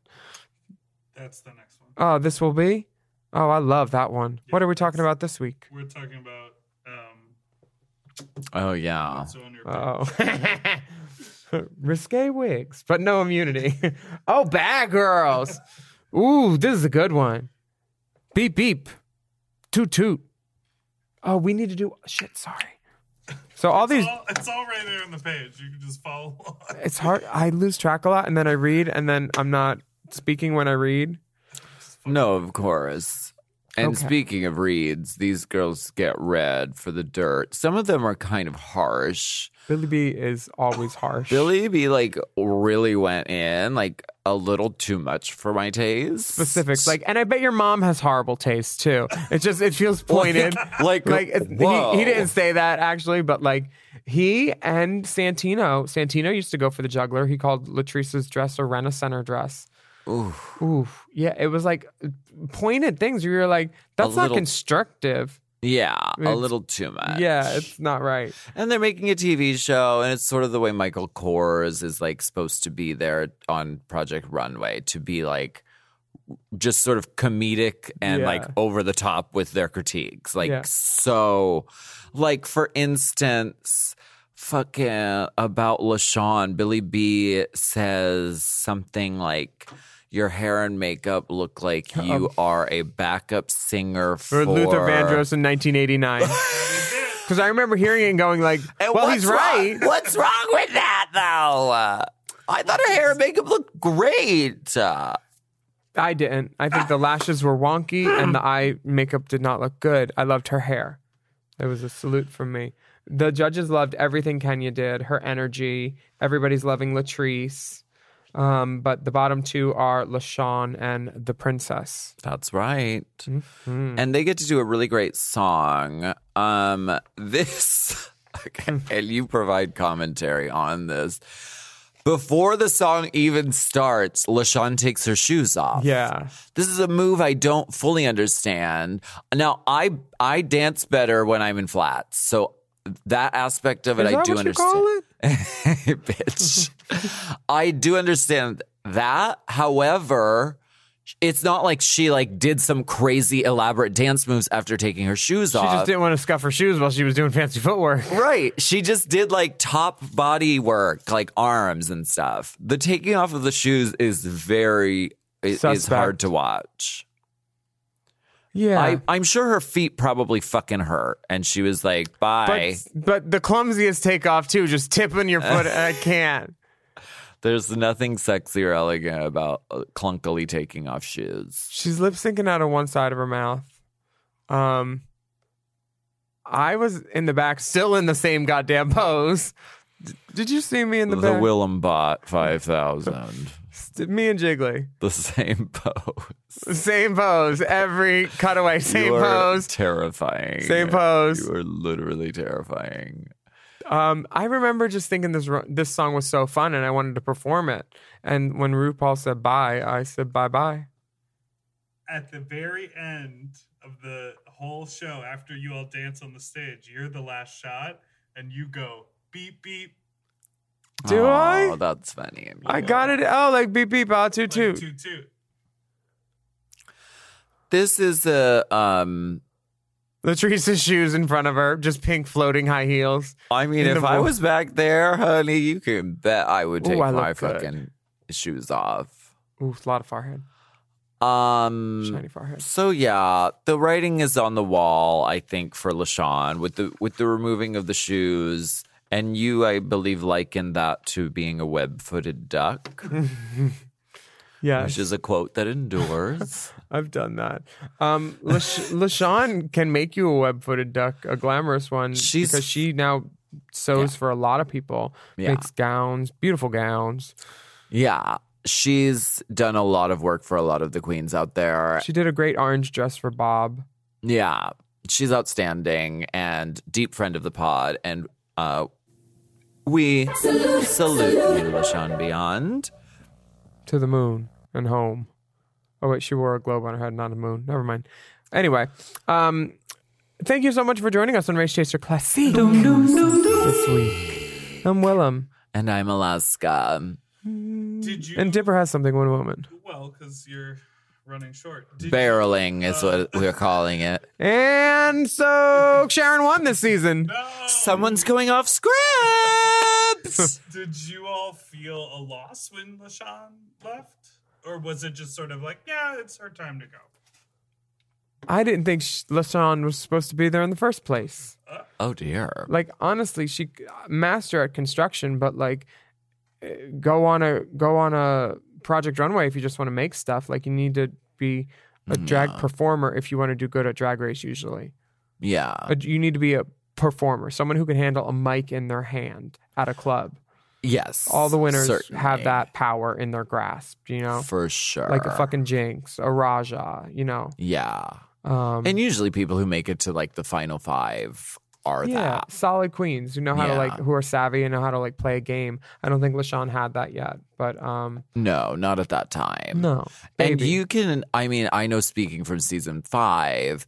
[SPEAKER 5] That's the next one.
[SPEAKER 7] Oh, this will be. Oh, I love that one. what are we talking about this week?
[SPEAKER 5] We're talking about um,
[SPEAKER 3] Oh, yeah.
[SPEAKER 5] what's on your
[SPEAKER 7] Oh, risque wigs, but no immunity. oh, bad girls. Ooh, this is a good one. Beep beep, toot toot. Oh, we need to do shit. Sorry. So all these,
[SPEAKER 5] It's all, it's all right there on the page. You can just follow along.
[SPEAKER 7] it's hard. I lose track a lot, and then I read, and then I'm not speaking when I read.
[SPEAKER 3] No, of course. And
[SPEAKER 7] Okay.
[SPEAKER 3] speaking of reads, these girls get read for the dirt. Some of them are kind of harsh.
[SPEAKER 7] Billy B is always harsh.
[SPEAKER 3] Billy B like really went in like a little too much for my taste.
[SPEAKER 7] specifics. Like, and I bet your mom has horrible taste too. It just it feels pointed.
[SPEAKER 3] like,
[SPEAKER 7] like it's-
[SPEAKER 3] whoa.
[SPEAKER 7] he, he didn't say that actually, but like he and Santino, Santino used to go for the juggler. He called Latrice's dress a Renaissance dress.
[SPEAKER 3] Ooh.
[SPEAKER 7] Ooh, yeah, it was like pointed things. You were like, that's not
[SPEAKER 3] little-
[SPEAKER 7] constructive.
[SPEAKER 3] Yeah, a
[SPEAKER 7] It's-
[SPEAKER 3] little too much.
[SPEAKER 7] Yeah, it's not right.
[SPEAKER 3] And they're making a TV show, and it's sort of the way Michael Kors is like supposed to be there on Project Runway to be like just sort of comedic and
[SPEAKER 7] Yeah.
[SPEAKER 3] like over the top with their critiques. Like,
[SPEAKER 7] Yeah.
[SPEAKER 3] so, like, for instance, fucking about LaShawn, Billy B says something like, your hair and makeup look like you are a backup singer for,
[SPEAKER 7] Um, For Luther Vandross in 1989. Because I remember hearing it and going like,
[SPEAKER 3] And
[SPEAKER 7] well,
[SPEAKER 3] what's
[SPEAKER 7] he's right.
[SPEAKER 3] wrong- What's wrong with that, though? Uh, I thought her hair and makeup looked great. Uh,
[SPEAKER 7] I didn't. I think the lashes were wonky and the eye makeup did not look good. I loved her hair. It was a salute from me. The judges loved everything Kenya did, her energy. Everybody's loving Latrice. Um, but the bottom two are LaShawn and the princess.
[SPEAKER 3] That's right.
[SPEAKER 7] Mm-hmm.
[SPEAKER 3] And they get to do a really great song. Um, this, okay, and you provide commentary on this. Before the song even starts, LaShawn takes her shoes off.
[SPEAKER 7] Yeah.
[SPEAKER 3] This is a move I don't fully understand. Now, I I dance better when I'm in flats. So that aspect of it
[SPEAKER 7] Is
[SPEAKER 3] I
[SPEAKER 7] that
[SPEAKER 3] do
[SPEAKER 7] what you
[SPEAKER 3] understand.
[SPEAKER 7] call it?
[SPEAKER 3] bitch. I do understand that. However, it's not like she like did some crazy elaborate dance moves after taking her shoes
[SPEAKER 7] She
[SPEAKER 3] off.
[SPEAKER 7] just didn't want to scuff her shoes while she was doing fancy footwork.
[SPEAKER 3] Right. She just did like top body work, like arms and stuff. The taking off of the shoes is very it is
[SPEAKER 7] Suspect.
[SPEAKER 3] hard to watch.
[SPEAKER 7] Yeah.
[SPEAKER 3] I, I'm sure her feet probably fucking hurt, and she was like, "Bye."
[SPEAKER 7] but, but the clumsiest takeoff, too, just tipping your foot. I can't.
[SPEAKER 3] There's nothing sexy or elegant about uh, clunkily taking off shoes.
[SPEAKER 7] She's lip syncing out of one side of her mouth. Um, I was in the back, still in the same goddamn pose. D- did you see me in the,
[SPEAKER 3] The,
[SPEAKER 7] back?
[SPEAKER 3] Willem Bot 5000,
[SPEAKER 7] St- me and Jiggly,
[SPEAKER 3] the same pose.
[SPEAKER 7] same pose, every cutaway, same
[SPEAKER 3] You are
[SPEAKER 7] pose.
[SPEAKER 3] Terrifying.
[SPEAKER 7] Same pose.
[SPEAKER 3] You are literally terrifying.
[SPEAKER 7] Um, I remember just thinking this ro- this song was so fun, and I wanted to perform it. And when RuPaul said bye, I said bye bye.
[SPEAKER 5] At the very end of the whole show, after you all dance on the stage, you're the last shot, and you go beep beep.
[SPEAKER 7] Do
[SPEAKER 3] oh,
[SPEAKER 7] I?
[SPEAKER 3] That's funny.
[SPEAKER 7] I got it. Oh, like beep beep, ah toot
[SPEAKER 5] Like,
[SPEAKER 7] toot.
[SPEAKER 5] toot toot.
[SPEAKER 3] This is a um.
[SPEAKER 7] Latrice's shoes in front of her, just pink floating high heels.
[SPEAKER 3] I mean,
[SPEAKER 7] In
[SPEAKER 3] if
[SPEAKER 7] the
[SPEAKER 3] I
[SPEAKER 7] vo-
[SPEAKER 3] was back there, honey, you can bet I would
[SPEAKER 7] Ooh,
[SPEAKER 3] take
[SPEAKER 7] I look
[SPEAKER 3] my
[SPEAKER 7] good.
[SPEAKER 3] fucking shoes off.
[SPEAKER 7] Ooh, a lot of forehead,
[SPEAKER 3] Um.
[SPEAKER 7] shiny forehead.
[SPEAKER 3] So yeah, the writing is on the wall. I think for Lashawn with the with the removing of the shoes, and you, I believe, likened that to being a web-footed duck,
[SPEAKER 7] Yeah,
[SPEAKER 3] which is a quote that endures.
[SPEAKER 7] I've done that. Um, Lash- LaShawn can make you a web-footed duck, a glamorous one,
[SPEAKER 3] She's-
[SPEAKER 7] because she now sews for a lot of people.
[SPEAKER 3] Yeah.
[SPEAKER 7] Makes gowns, beautiful gowns.
[SPEAKER 3] yeah, she's done a lot of work for a lot of the queens out there.
[SPEAKER 7] She did a great orange dress for Bob.
[SPEAKER 3] yeah, she's outstanding and deep friend of the pod, and uh, we salute, you, Lashawn Beyond.
[SPEAKER 7] to the moon and home. Oh wait, she wore a globe on her head, not a moon. Never mind. Anyway, um, thank you so much for joining us on Race Chaser Classic this week. I'm Willem,
[SPEAKER 3] And I'm Alaska.
[SPEAKER 5] Did you?
[SPEAKER 7] and Dipper has something. One moment,
[SPEAKER 5] well, because you're running short. Did
[SPEAKER 3] Barreling is what we're calling it.
[SPEAKER 7] and so Sharon won this season.
[SPEAKER 3] Someone's going off script.
[SPEAKER 5] You, did you all feel a loss when Lashawn left, or was it just sort of like, yeah, it's her time to go?
[SPEAKER 7] I didn't think sh- LaShawn was supposed to be there in the first place.
[SPEAKER 3] oh dear.
[SPEAKER 7] Like honestly, she master at construction, but like eh, go on a go on a project runway if you just want to make stuff. Like you need to be a drag performer if you want to do good at drag race usually.
[SPEAKER 3] Yeah.
[SPEAKER 7] Uh, You need to be a performer, someone who can handle a mic in their hand at a club.
[SPEAKER 3] Yes.
[SPEAKER 7] All the winners
[SPEAKER 3] certainly.
[SPEAKER 7] have that power in their grasp, you know?
[SPEAKER 3] For sure.
[SPEAKER 7] Like a fucking Jinx, a Raja, you know?
[SPEAKER 3] Yeah.
[SPEAKER 7] Um,
[SPEAKER 3] and usually people who make it to like the final five are
[SPEAKER 7] yeah,
[SPEAKER 3] that.
[SPEAKER 7] solid queens who know how to
[SPEAKER 3] Yeah.
[SPEAKER 7] like, who are savvy and know how to like play a game. I don't think LaShawn had that yet, but um,
[SPEAKER 3] No, not at that time.
[SPEAKER 7] no.
[SPEAKER 3] And
[SPEAKER 7] baby.
[SPEAKER 3] you can, I mean, I know speaking from season five,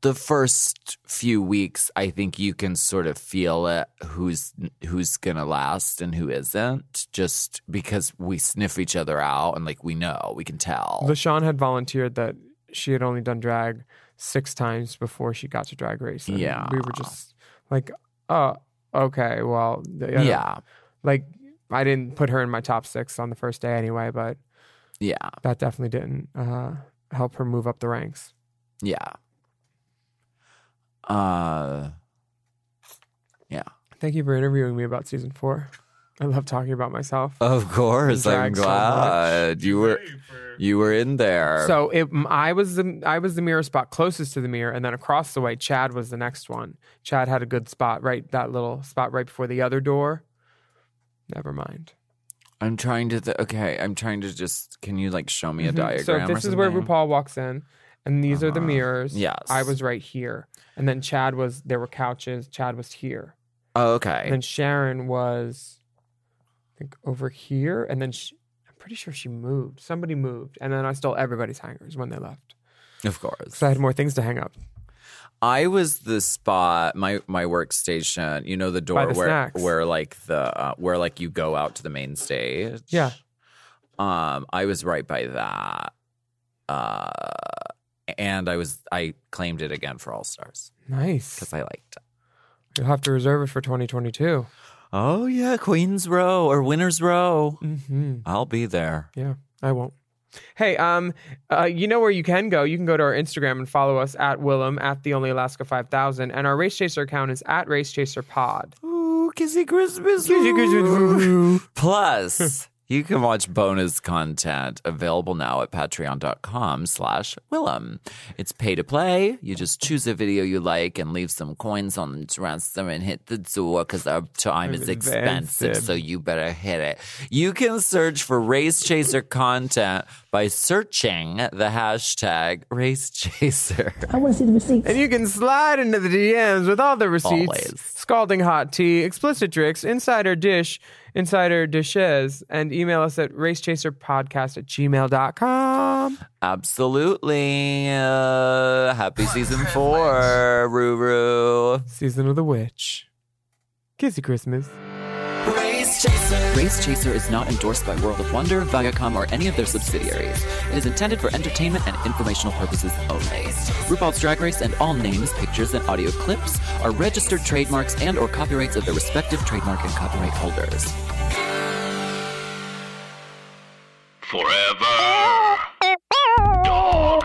[SPEAKER 3] the first few weeks, I think you can sort of feel it who's who's gonna last and who isn't, just because we sniff each other out and like we know, we can tell.
[SPEAKER 7] LaShawn had volunteered that she had only done drag six times before she got to drag race. and
[SPEAKER 3] Yeah.
[SPEAKER 7] We were just like, oh, okay, well. th- I don't-
[SPEAKER 3] Yeah.
[SPEAKER 7] Like, I didn't put her in my top six on the first day anyway, but
[SPEAKER 3] yeah,
[SPEAKER 7] that definitely didn't uh, help her move up the ranks.
[SPEAKER 3] yeah. Uh yeah.
[SPEAKER 7] Thank you for interviewing me about season four. I love talking about myself.
[SPEAKER 3] Of course. I'm
[SPEAKER 7] Drag so much.
[SPEAKER 3] glad. you were you were in there.
[SPEAKER 7] So it, m- I was the I was the mirror spot closest to the mirror, and then across the way, Chad was the next one. Chad had a good spot, right? That little spot right before the other door. Never mind.
[SPEAKER 3] I'm trying to th- okay, I'm trying to just can you like show me a
[SPEAKER 7] Mhm.
[SPEAKER 3] diagram?
[SPEAKER 7] So
[SPEAKER 3] or
[SPEAKER 7] this is where
[SPEAKER 3] something?
[SPEAKER 7] RuPaul walks in, and these are the
[SPEAKER 3] Uh-huh.
[SPEAKER 7] mirrors.
[SPEAKER 3] Yes.
[SPEAKER 7] I was right here, and then Chad was there were couches. Chad was here,
[SPEAKER 3] Oh, okay.
[SPEAKER 7] and then Sharon was, I think over here, and then she, I'm pretty sure she moved. Somebody moved, and then I stole everybody's hangers when they left
[SPEAKER 3] of course.
[SPEAKER 7] because I had more things to hang up.
[SPEAKER 3] I was the spot my my workstation. You know the door
[SPEAKER 7] the
[SPEAKER 3] where
[SPEAKER 7] snacks.
[SPEAKER 3] where like the uh, where like you go out to the main stage.
[SPEAKER 7] Yeah.
[SPEAKER 3] Um, I was right by that. Uh, and I was I claimed it again for All Stars
[SPEAKER 7] Nice.
[SPEAKER 3] because I liked. it.
[SPEAKER 7] You'll have to reserve it for 2022.
[SPEAKER 3] Oh yeah, Queens Row or Winners Row.
[SPEAKER 7] Mm-hmm.
[SPEAKER 3] I'll be there.
[SPEAKER 7] Yeah, I won't. Hey, um, uh, you know where you can go. You can go to our Instagram and follow us at Willem at the Only Alaska Five Thousand, and our Race Chaser account is at Race Chaser Pod.
[SPEAKER 3] Ooh, kissy Christmas. Plus, you can watch bonus content available now at patreon.com slash Willem. It's pay to play. You just choose a video you like and leave some coins on the dresser and hit the door because our time is expensive,
[SPEAKER 7] Expensive.
[SPEAKER 3] so you better hit it. You can search for Race Chaser content by searching the hashtag Race Chaser.
[SPEAKER 9] I want to see the receipts.
[SPEAKER 7] And you can slide into the DMs with all the receipts,
[SPEAKER 3] Always.
[SPEAKER 7] scalding hot tea, explicit tricks, insider dish, insider dishes, and email us at racechaserpodcast at gmail.com.
[SPEAKER 3] Absolutely. Uh, happy season four, Ruru.
[SPEAKER 7] Season of the Witch. Kissy Christmas.
[SPEAKER 2] Race chaser.
[SPEAKER 4] Race Chaser is not endorsed by World of Wonder, Viacom, or any of their subsidiaries. It is intended for entertainment and informational purposes only. RuPaul's Drag Race and all names, pictures, and audio clips are registered trademarks and or copyrights of their respective trademark and copyright holders.
[SPEAKER 10] Forever. Dog.